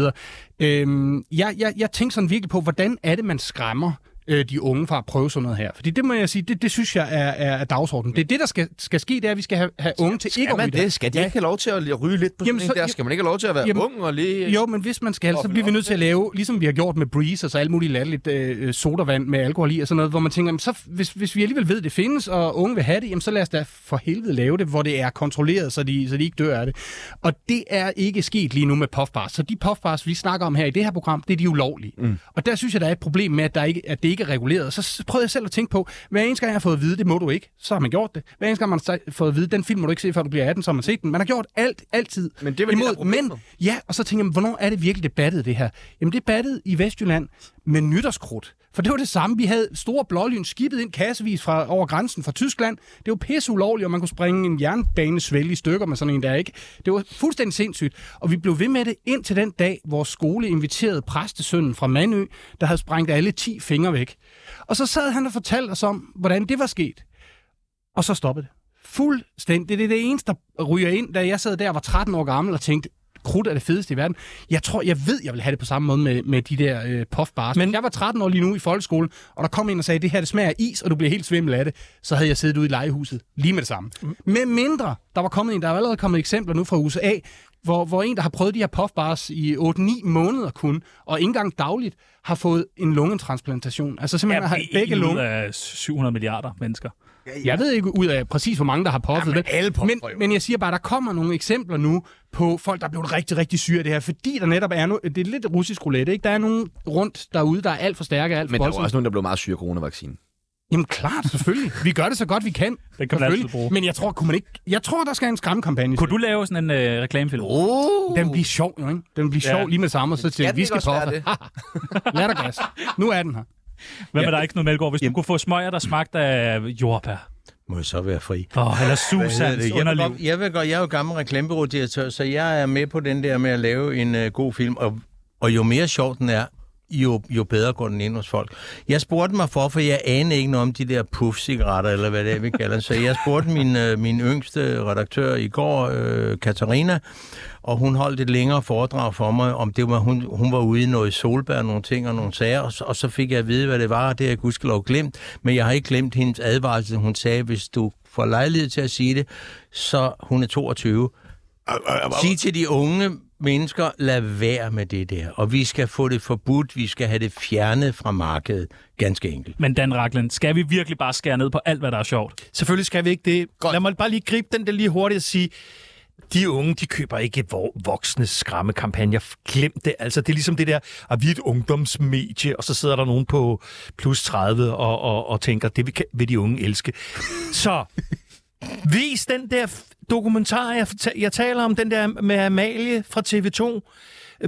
Speaker 6: Øhm, jeg, jeg, jeg tænkte sådan virkelig på, hvordan er det, man skræmmer øh, de unge fra at prøve sådan noget her? Fordi det må jeg sige, det, det synes jeg er, er, er dagsordenen. Det er det, der skal, skal ske, det er, at vi skal have, have unge til ikke
Speaker 1: Skal
Speaker 6: at ryge
Speaker 1: man det? Skal de ikke have lov til at ryge lidt på
Speaker 6: Jamen,
Speaker 1: sådan en
Speaker 6: så-
Speaker 1: der? Skal man ikke have lov til at være
Speaker 6: Jamen,
Speaker 1: ung og lige...
Speaker 6: Jo, men hvis man skal, så bliver vi nødt til at lave, ligesom vi har gjort med Breeze, altså alt muligt latterligt øh, sodavand med alkohol i og sådan noget, hvor man tænker, jamen, så, f- hvis, hvis vi alligevel ved, det findes, og unge vil have det, jamen, så lad os da for helvede lave det, hvor det er kontrolleret, så de, så de ikke dør af det. Og det er ikke sket lige nu med puffbars. Så de puffbars, vi snakker om her i det her program, det er de ulovlige. Mm. Og der synes jeg, der er et problem med, at, der ikke, at det ikke er reguleret. Så s- prøvede jeg selv at tænke på, hver eneste gang jeg har fået at vide, det må du ikke, så har man gjort det. Hver eneste gang man har fået at vide, den film må du ikke se, før du bliver 18, så har man set den. Man har gjort alt, altid. Men
Speaker 1: det er vel det, der er
Speaker 6: men, Ja, og så tænker jeg, hvornår er det virkelig debattet det her? Jamen det battede i Vestjylland med nytårskrudt. For det var det samme. Vi havde store blålyn skibet ind kassevis fra, over grænsen fra Tyskland. Det var pisse ulovligt, og man kunne sprænge en jernbanesvælge i stykker med sådan en der, ikke? Det var fuldstændig sindssygt. Og vi blev ved med det indtil den dag, hvor skole inviterede præstesønnen fra Manø, der havde sprængt alle 10 fingre væk. Og så sad han og fortalte os om, hvordan det var sket. Og så stoppede det. Fuldstændig. Det er det eneste, der ryger ind, da jeg sad der og var 13 år gammel og tænkte, krudt er det fedeste i verden. Jeg tror, jeg ved, jeg vil have det på samme måde med, med de der øh, puffbars. Men jeg var 13 år lige nu i folkeskolen, og der kom en og sagde, det her det smager af is, og du bliver helt svimmel af det. Så havde jeg siddet ude i legehuset lige med det samme. Med mindre, der var kommet en, der er allerede kommet eksempler nu fra USA, hvor, hvor en, der har prøvet de her puffbars i 8-9 måneder kun, og ikke engang dagligt, har fået en lungetransplantation. Altså simpelthen har begge
Speaker 3: ud
Speaker 6: lunger.
Speaker 3: af 700 milliarder mennesker.
Speaker 6: Jeg ved ikke ud af præcis, hvor mange, der har puffet det. men, men jeg siger bare, der kommer nogle eksempler nu på folk, der er blevet rigtig, rigtig syge af det her, fordi der netop er nu, det er lidt russisk roulette, ikke? Der er nogen rundt derude, der er alt for stærke, alt for
Speaker 1: Men der er jo
Speaker 6: voldsomme.
Speaker 1: også nogen, der blev meget syge af coronavaccinen.
Speaker 6: Jamen klart, selvfølgelig. Vi gør det så godt, vi kan.
Speaker 3: Det kan man
Speaker 6: Selvfølgelig.
Speaker 3: altid bruge.
Speaker 6: Men jeg tror, kunne man ikke... Jeg tror, der skal en skræmmekampagne.
Speaker 3: Kunne du lave sådan en øh, reklamefilm?
Speaker 1: Oh.
Speaker 6: Den bliver sjov, jo, ikke? Den bliver sjov
Speaker 3: Ja.
Speaker 6: lige med samme, og så
Speaker 1: Skal
Speaker 6: til,
Speaker 1: den
Speaker 6: vi
Speaker 1: ikke
Speaker 6: skal
Speaker 1: også være
Speaker 6: puffe. Lad dig gas. Nu er den her.
Speaker 3: Hvad med der ikke noget Melgaard? Hvis du kunne få smøger, der smagte af jordbær.
Speaker 5: Må jeg så være fri?
Speaker 3: Oh, eller
Speaker 5: Hvad hedder
Speaker 3: Susans
Speaker 5: det? Jeg, vil
Speaker 3: underliv.
Speaker 5: godt, jeg, vil godt, jeg er jo gammel reklamebureaudirektør, så jeg er med på den der med at lave en øh, god film. Og, og jo mere sjov den er, jo, jo bedre går den ind hos folk. Jeg spurgte mig for, for jeg aner ikke noget om de der puff-cigaretter, eller hvad det er, vi kalder dem. Så jeg spurgte min, øh, min yngste redaktør i går, øh, Katarina, og hun holdt et længere foredrag for mig, om det var, hun, hun var ude i noget solbær, nogle ting og nogle sager, og, så- og så fik jeg at vide, hvad det var, og det har jeg gudskelov glemt, men jeg har ikke glemt hendes advarsel. Hun sagde, hvis du får lejlighed til at sige det, så hun er 22. Sig til de unge mennesker, lad være med det der, og vi skal få det forbudt, vi skal have det fjernet fra markedet, ganske enkelt.
Speaker 3: Men Dan Ragland, skal vi virkelig bare skære ned på alt, hvad der er sjovt?
Speaker 2: Selvfølgelig skal vi ikke det. Godt. Lad mig bare lige gribe den der lige hurtigt og sige, de unge, de køber ikke vo- voksne skræmmekampagner. Glem det. Altså, det er ligesom det der, at vi er et ungdomsmedie, og så sidder der nogen på plus 30 og, og, og tænker, det vil, kan- vil de unge elske. Så vis den der f- dokumentar, jeg, forta- jeg taler om, den der med Amalie fra TV2.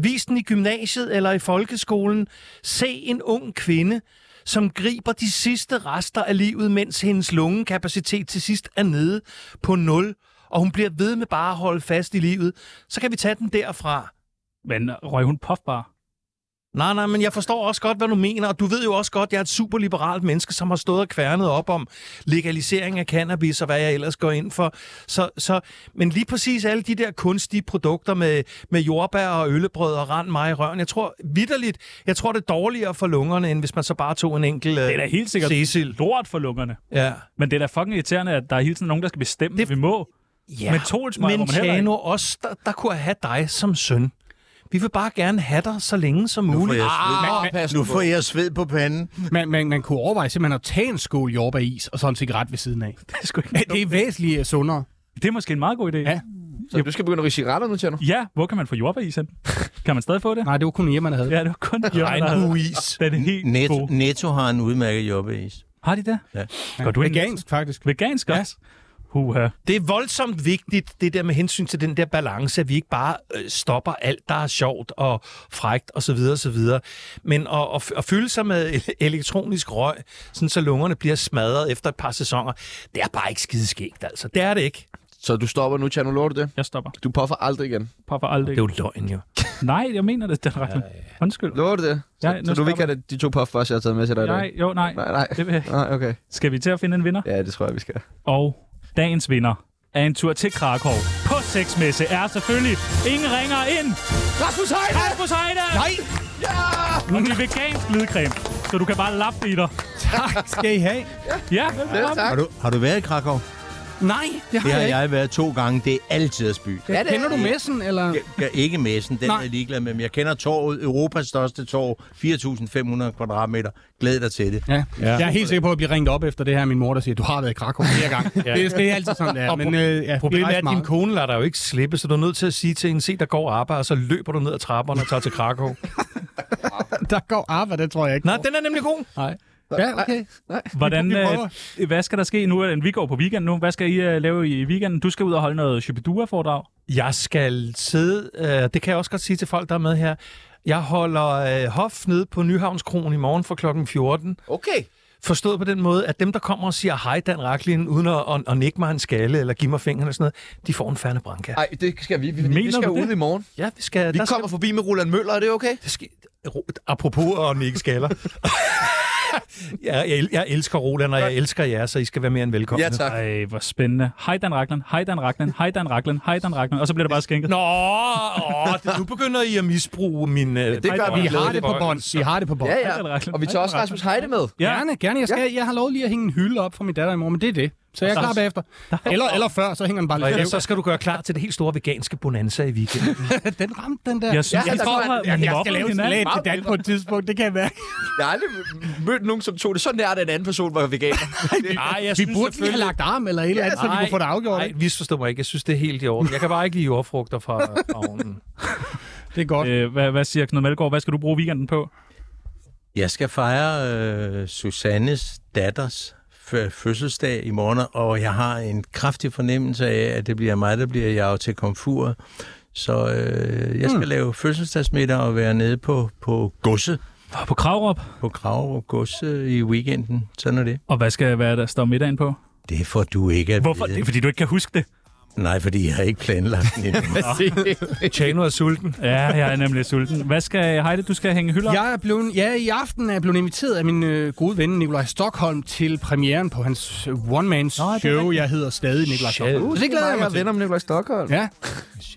Speaker 2: Vis den i gymnasiet eller i folkeskolen. Se en ung kvinde, som griber de sidste rester af livet, mens hendes lungekapacitet til sidst er nede på nul, og hun bliver ved med bare at holde fast i livet. Så kan vi tage den derfra.
Speaker 3: Men røg hun puffbar?
Speaker 2: Nej, nej, men jeg forstår også godt, hvad du mener, og du ved jo også godt, at jeg er et superliberalt menneske, som har stået og kværnet op om legalisering af cannabis og hvad jeg ellers går ind for. Så, så, men lige præcis alle de der kunstige produkter med, med jordbær og øllebrød og rand mig i røven, jeg tror vidderligt, jeg tror det er dårligere for lungerne, end hvis man så bare tog en enkelt øh,
Speaker 3: Det er da helt sikkert
Speaker 2: Cecil.
Speaker 3: lort for lungerne.
Speaker 2: Ja.
Speaker 3: Men det er da fucking irriterende, at der er hele tiden nogen, der skal bestemme, det... vi må.
Speaker 2: Ja,
Speaker 3: Men tolsmøger må
Speaker 2: men
Speaker 3: man heller ikke.
Speaker 2: Tjano, også, der, der kunne jeg have dig som søn. Vi vil bare gerne have dig så længe som
Speaker 5: Nu får
Speaker 2: muligt.
Speaker 5: jeg sved,
Speaker 6: Men- men-
Speaker 5: ah, nu får jeg sved på panden.
Speaker 6: Man, man, man kunne overveje simpelthen at tage en skål jordbæris og så en cigaret ved siden af.
Speaker 3: Det er, sgu ikke...
Speaker 6: Men Det er væsentligt øh, sundere.
Speaker 3: det er måske en meget god idé.
Speaker 6: Ja.
Speaker 1: Så du skal begynde at ryge cigaretter nu, Tjerno?
Speaker 3: ja hvor kan man få jordbær i sen? Kan man stadig få det?
Speaker 6: Nej, det var kun hjemme, der havde.
Speaker 3: Ja, det var kun jordbær.
Speaker 2: Regnbueis.
Speaker 3: Den er helt
Speaker 5: Netto,
Speaker 3: god.
Speaker 5: Netto har en udmærket jobbeis.
Speaker 3: Har de det?
Speaker 5: Ja.
Speaker 3: Går du ind?
Speaker 6: Vegansk, faktisk.
Speaker 3: Vegansk også? Huha.
Speaker 2: Det er voldsomt vigtigt, det der med hensyn til den der balance, at vi ikke bare øh, stopper alt, der er sjovt og frægt osv. Og så videre, og så videre. Men at, at, at fylde sig med el- elektronisk røg, sådan så lungerne bliver smadret efter et par sæsoner, det er bare ikke skideskægt, altså. Det er det ikke.
Speaker 1: Så du stopper nu, Tjerno, lover du det?
Speaker 3: Jeg stopper.
Speaker 1: Du puffer aldrig igen.
Speaker 3: Puffer aldrig.
Speaker 2: Det er jo løgn, jo.
Speaker 3: Nej, jeg mener det, den ret. Undskyld.
Speaker 1: Lover du det? Så,
Speaker 3: Ja,
Speaker 1: så
Speaker 3: nu
Speaker 1: du vil ikke
Speaker 3: stopper.
Speaker 1: have det- de to puff først, jeg har taget med til dig i dag?
Speaker 3: Nej, jo, nej.
Speaker 1: Nej, nej.
Speaker 3: Det vil jeg ikke.
Speaker 1: Nej, okay.
Speaker 3: Skal vi til at finde en vinder?
Speaker 1: Ja, det tror jeg, vi skal.
Speaker 3: Og dagens vinder af en tur til Krakow på sexmesse er selvfølgelig ingen ringer ind.
Speaker 1: Rasmus Heide!
Speaker 3: Rasmus Heide!
Speaker 1: Nej!
Speaker 3: Og det er vegansk glidecreme, så du kan bare lappe i dig.
Speaker 5: Tak skal I have.
Speaker 3: Ja,
Speaker 1: Selv tak.
Speaker 5: Har du, har du været i Krakow?
Speaker 6: Nej, det har
Speaker 5: Det har
Speaker 6: jeg ikke.
Speaker 5: jeg været to gange. Det er altid at by.
Speaker 6: Ja, Kender du messen, eller?
Speaker 5: Jeg, jeg, ikke messen, den
Speaker 6: Nej.
Speaker 5: er jeg ligeglad med, men jeg kender torvet, Europas største torv, 4.500 kvadratmeter. Glæd dig til det.
Speaker 6: Ja. ja. Jeg er helt sikker på at blive ringet op efter det her, min mor, der siger, du har været i Krakow flere gange. ja. det, det, er altid sådan, det er.
Speaker 2: Og
Speaker 6: Men, øh, ja,
Speaker 2: Problemet
Speaker 6: det
Speaker 2: er, at din kone lader dig jo ikke slippe, så du er nødt til at sige til hende, se, der går arbejde, og så løber du ned ad trapperne og tager til Krakow.
Speaker 6: Der går arbejde, det tror jeg ikke.
Speaker 2: Nej, den er nemlig god.
Speaker 6: Nej. Ja, okay.
Speaker 3: Hvordan,
Speaker 6: Vi prøver.
Speaker 3: øh, hvad skal der ske nu? er det- Vi går på weekend nu. Hvad skal I øh, lave i weekenden? Du skal ud og holde noget Shibidua-foredrag.
Speaker 2: Jeg skal sidde, øh, det kan jeg også godt sige til folk, der er med her, jeg holder øh, hof nede på Nyhavnskronen i morgen fra klokken 14.
Speaker 7: Okay.
Speaker 2: Forstået på den måde, at dem, der kommer og siger hej Dan Raklin, uden at, at, at nikke mig en skalle eller give mig fingrene og sådan noget, de får en færne branca.
Speaker 1: Nej, det skal vi. Vi, vi
Speaker 3: Mener
Speaker 1: skal
Speaker 3: du det?
Speaker 1: ud i morgen.
Speaker 2: Ja, vi skal...
Speaker 1: Vi
Speaker 2: der
Speaker 1: kommer
Speaker 2: skal,
Speaker 1: forbi med Roland Møller, er det okay?
Speaker 2: der skal, ro- apropos at nikke skaller. jeg, jeg, el- jeg elsker Roland, og jeg elsker jer, så I skal være mere end velkomne.
Speaker 1: Ja, tak.
Speaker 3: Ej, hvor spændende. Hej Dan Ragland, hej Dan Ragland, hej Dan Ragland, hej Dan Ragland. Og så bliver det bare skænket.
Speaker 2: Nå, åh, det- nu begynder I at misbruge min... Øh,
Speaker 1: det gør
Speaker 2: nej,
Speaker 1: vi.
Speaker 6: Vi har det på bånd. Vi har det på bånd.
Speaker 1: Ja,
Speaker 6: Ja,
Speaker 1: ja.
Speaker 3: Hej, Dan Rachlin.
Speaker 1: Og vi tager
Speaker 3: Hej,
Speaker 1: også
Speaker 3: Dan
Speaker 1: Rasmus Heide med.
Speaker 3: Ja.
Speaker 6: Gerne, gerne. Jeg, skal, jeg har lov lige at hænge en hylde op for min datter i morgen, men det er det. Så jeg er klar bagefter. Eller, eller før, så hænger den bare
Speaker 2: Og
Speaker 6: lidt.
Speaker 2: ellers
Speaker 6: skævt.
Speaker 2: så skal du gøre klar til det helt store veganske bonanza i weekenden.
Speaker 6: Den ramte den der.
Speaker 3: Jeg synes,
Speaker 1: Ja,
Speaker 3: I
Speaker 1: der
Speaker 3: får
Speaker 1: kommer-
Speaker 3: her-
Speaker 6: jeg, jeg
Speaker 3: mobbet
Speaker 6: skal lave
Speaker 3: hinanden.
Speaker 6: salat til Dan på et tidspunkt, det kan jeg mærke.
Speaker 1: Jeg har aldrig mødt nogen, som tog det så nært, at en anden person var veganer.
Speaker 2: Nej, jeg
Speaker 6: Vi burde lige have lagt arm eller et eller andet, så vi kunne få det afgjort.
Speaker 2: Nej, misforstå mig ikke. Jeg synes, det er helt i orden. Jeg kan bare ikke lide jordfrugter fra fra
Speaker 6: Uh,
Speaker 2: ovnen.
Speaker 6: Det er godt.
Speaker 3: Øh, hvad, hvad siger Knud Melgaard? Hvad skal du bruge weekenden på?
Speaker 5: Jeg skal fejre øh, Susannes datters fø- fødselsdag i morgen, og jeg har en kraftig fornemmelse af, at det bliver mig, der bliver jeg til komfur. Så øh, jeg skal mm. lave fødselsdagsmiddag og være nede på, på godset,
Speaker 3: På Kravrup.
Speaker 5: på Kragerup Gods øh, i weekenden. Sådan er det.
Speaker 3: Og hvad skal være der står middagen på?
Speaker 5: Det får du ikke at
Speaker 3: Hvorfor? Det
Speaker 5: vide.
Speaker 3: er, fordi du ikke kan huske det.
Speaker 5: Nej, fordi jeg har ikke planlagt det endnu.
Speaker 2: Tjano er sulten.
Speaker 3: Ja, jeg er nemlig sulten. Hvad skal Heide? Du skal hænge hylder op?
Speaker 6: Jeg er blevet, ja, i aften er jeg blevet inviteret af min øh, gode ven Nikolaj Stockholm til premieren på hans one-man-show. Jeg hedder stadig Nikolaj Stockholm. Så det glæder jeg mig til.
Speaker 1: venner med Nikolaj Stockholm.
Speaker 6: Ja.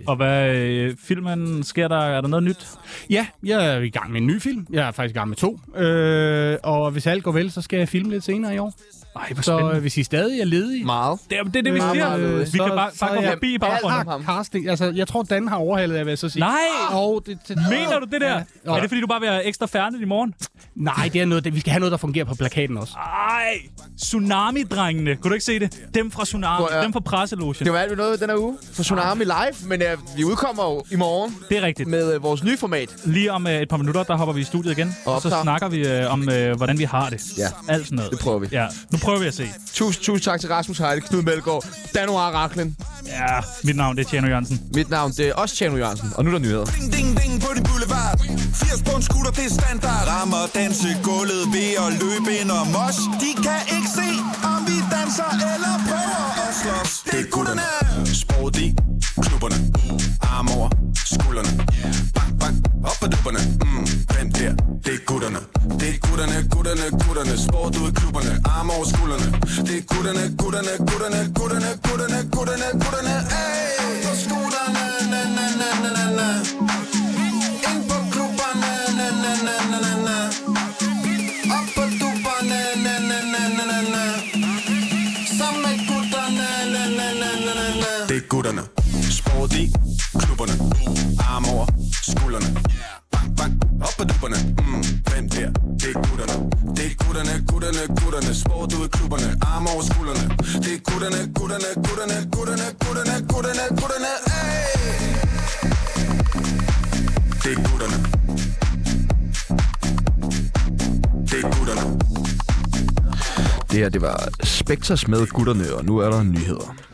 Speaker 3: Og hvad øh, filmen sker der? Er der noget nyt?
Speaker 6: ja, jeg er i gang med en ny film. Jeg er faktisk i gang med to. Øh, og hvis alt går vel, så skal jeg filme lidt senere i år.
Speaker 3: Ej, hvor
Speaker 6: Så øh,
Speaker 3: spændende.
Speaker 6: hvis I stadig er ledige,
Speaker 1: Meget.
Speaker 3: Det er det, er det vi
Speaker 6: meget,
Speaker 3: siger.
Speaker 6: meget
Speaker 3: Vi
Speaker 6: så-
Speaker 3: kan bare,
Speaker 6: så
Speaker 3: bare gå
Speaker 6: er jeg-
Speaker 3: forbi i
Speaker 1: Alt
Speaker 3: baggrunden.
Speaker 6: har casting. Altså, jeg tror, Dan har overhalet, jeg vil jeg så sige.
Speaker 3: Nej!
Speaker 6: Og det, det,
Speaker 3: Mener du det der?
Speaker 6: Ja.
Speaker 3: Er det, fordi du bare vil have ekstra færdigt i morgen?
Speaker 6: Nej, det er noget, det, vi skal have noget, der fungerer på plakaten også.
Speaker 3: Ej, Tsunami-drengene. Kunne du ikke se det? Dem fra Tsunami,
Speaker 1: Prøv at-
Speaker 3: dem fra Presselogen.
Speaker 1: Det var alt, vi nåede den her uge for Tsunami Live, men øh, vi udkommer jo i morgen
Speaker 3: Det er rigtigt.
Speaker 1: med øh, vores nye format.
Speaker 3: Lige om øh, et par minutter, der hopper vi i studiet igen. Og så
Speaker 1: Optager.
Speaker 3: snakker vi øh, om, øh, hvordan vi har det.
Speaker 1: Ja.
Speaker 3: Alt sådan noget.
Speaker 1: Det prøver vi.
Speaker 3: Ja. Nu prøver vi at se.
Speaker 1: Tusind, tusind tak til Rasmus Heide, Knud Melgaard, Danoa Raklen.
Speaker 3: Ja, mit navn det er Tjerno Jørgensen.
Speaker 1: Mit navn det er også Tjerno Jørgensen, og nu er der nyheder.
Speaker 11: Ding, ding, ding på din boulevard 80 på en scooter, det er standard Rammer danse gulvet ved at løbe ind og mos De kan ikke se, om vi danser eller prøver at slås Det er gutterne Sport i klubberne Arm over skuldrene Bang, bang, op på dupperne mm, Hvem der? Det er gutterne Det er gutterne, gutterne, gutterne Sport ud i klubberne, arm over skuldrene Det er gutterne, gutterne, gutterne, gutterne, gutterne, gutterne, gutterne Ey! På scooterne, na, na, na, na, na, na ind på klubberne, na na na na na na. Op på dupperne, na na na na na na. Sammen med gutterne, na na na na na na. Det er gutterne. Sport i klubberne. Arm over skuldrene. Bang, bang, op på dupperne. Mm, hvem der? Det er gutterne. Det er gutterne, gutterne, gutterne. Sport ud i klubberne. Arm over skuldrene. Det er gutterne, gutterne, gutterne, gutterne, gutterne, gutterne, gutterne. Hey! Det er gutterne. Det er gutterne.
Speaker 1: Det her, det var Spectres med gutterne, og nu er der nyheder.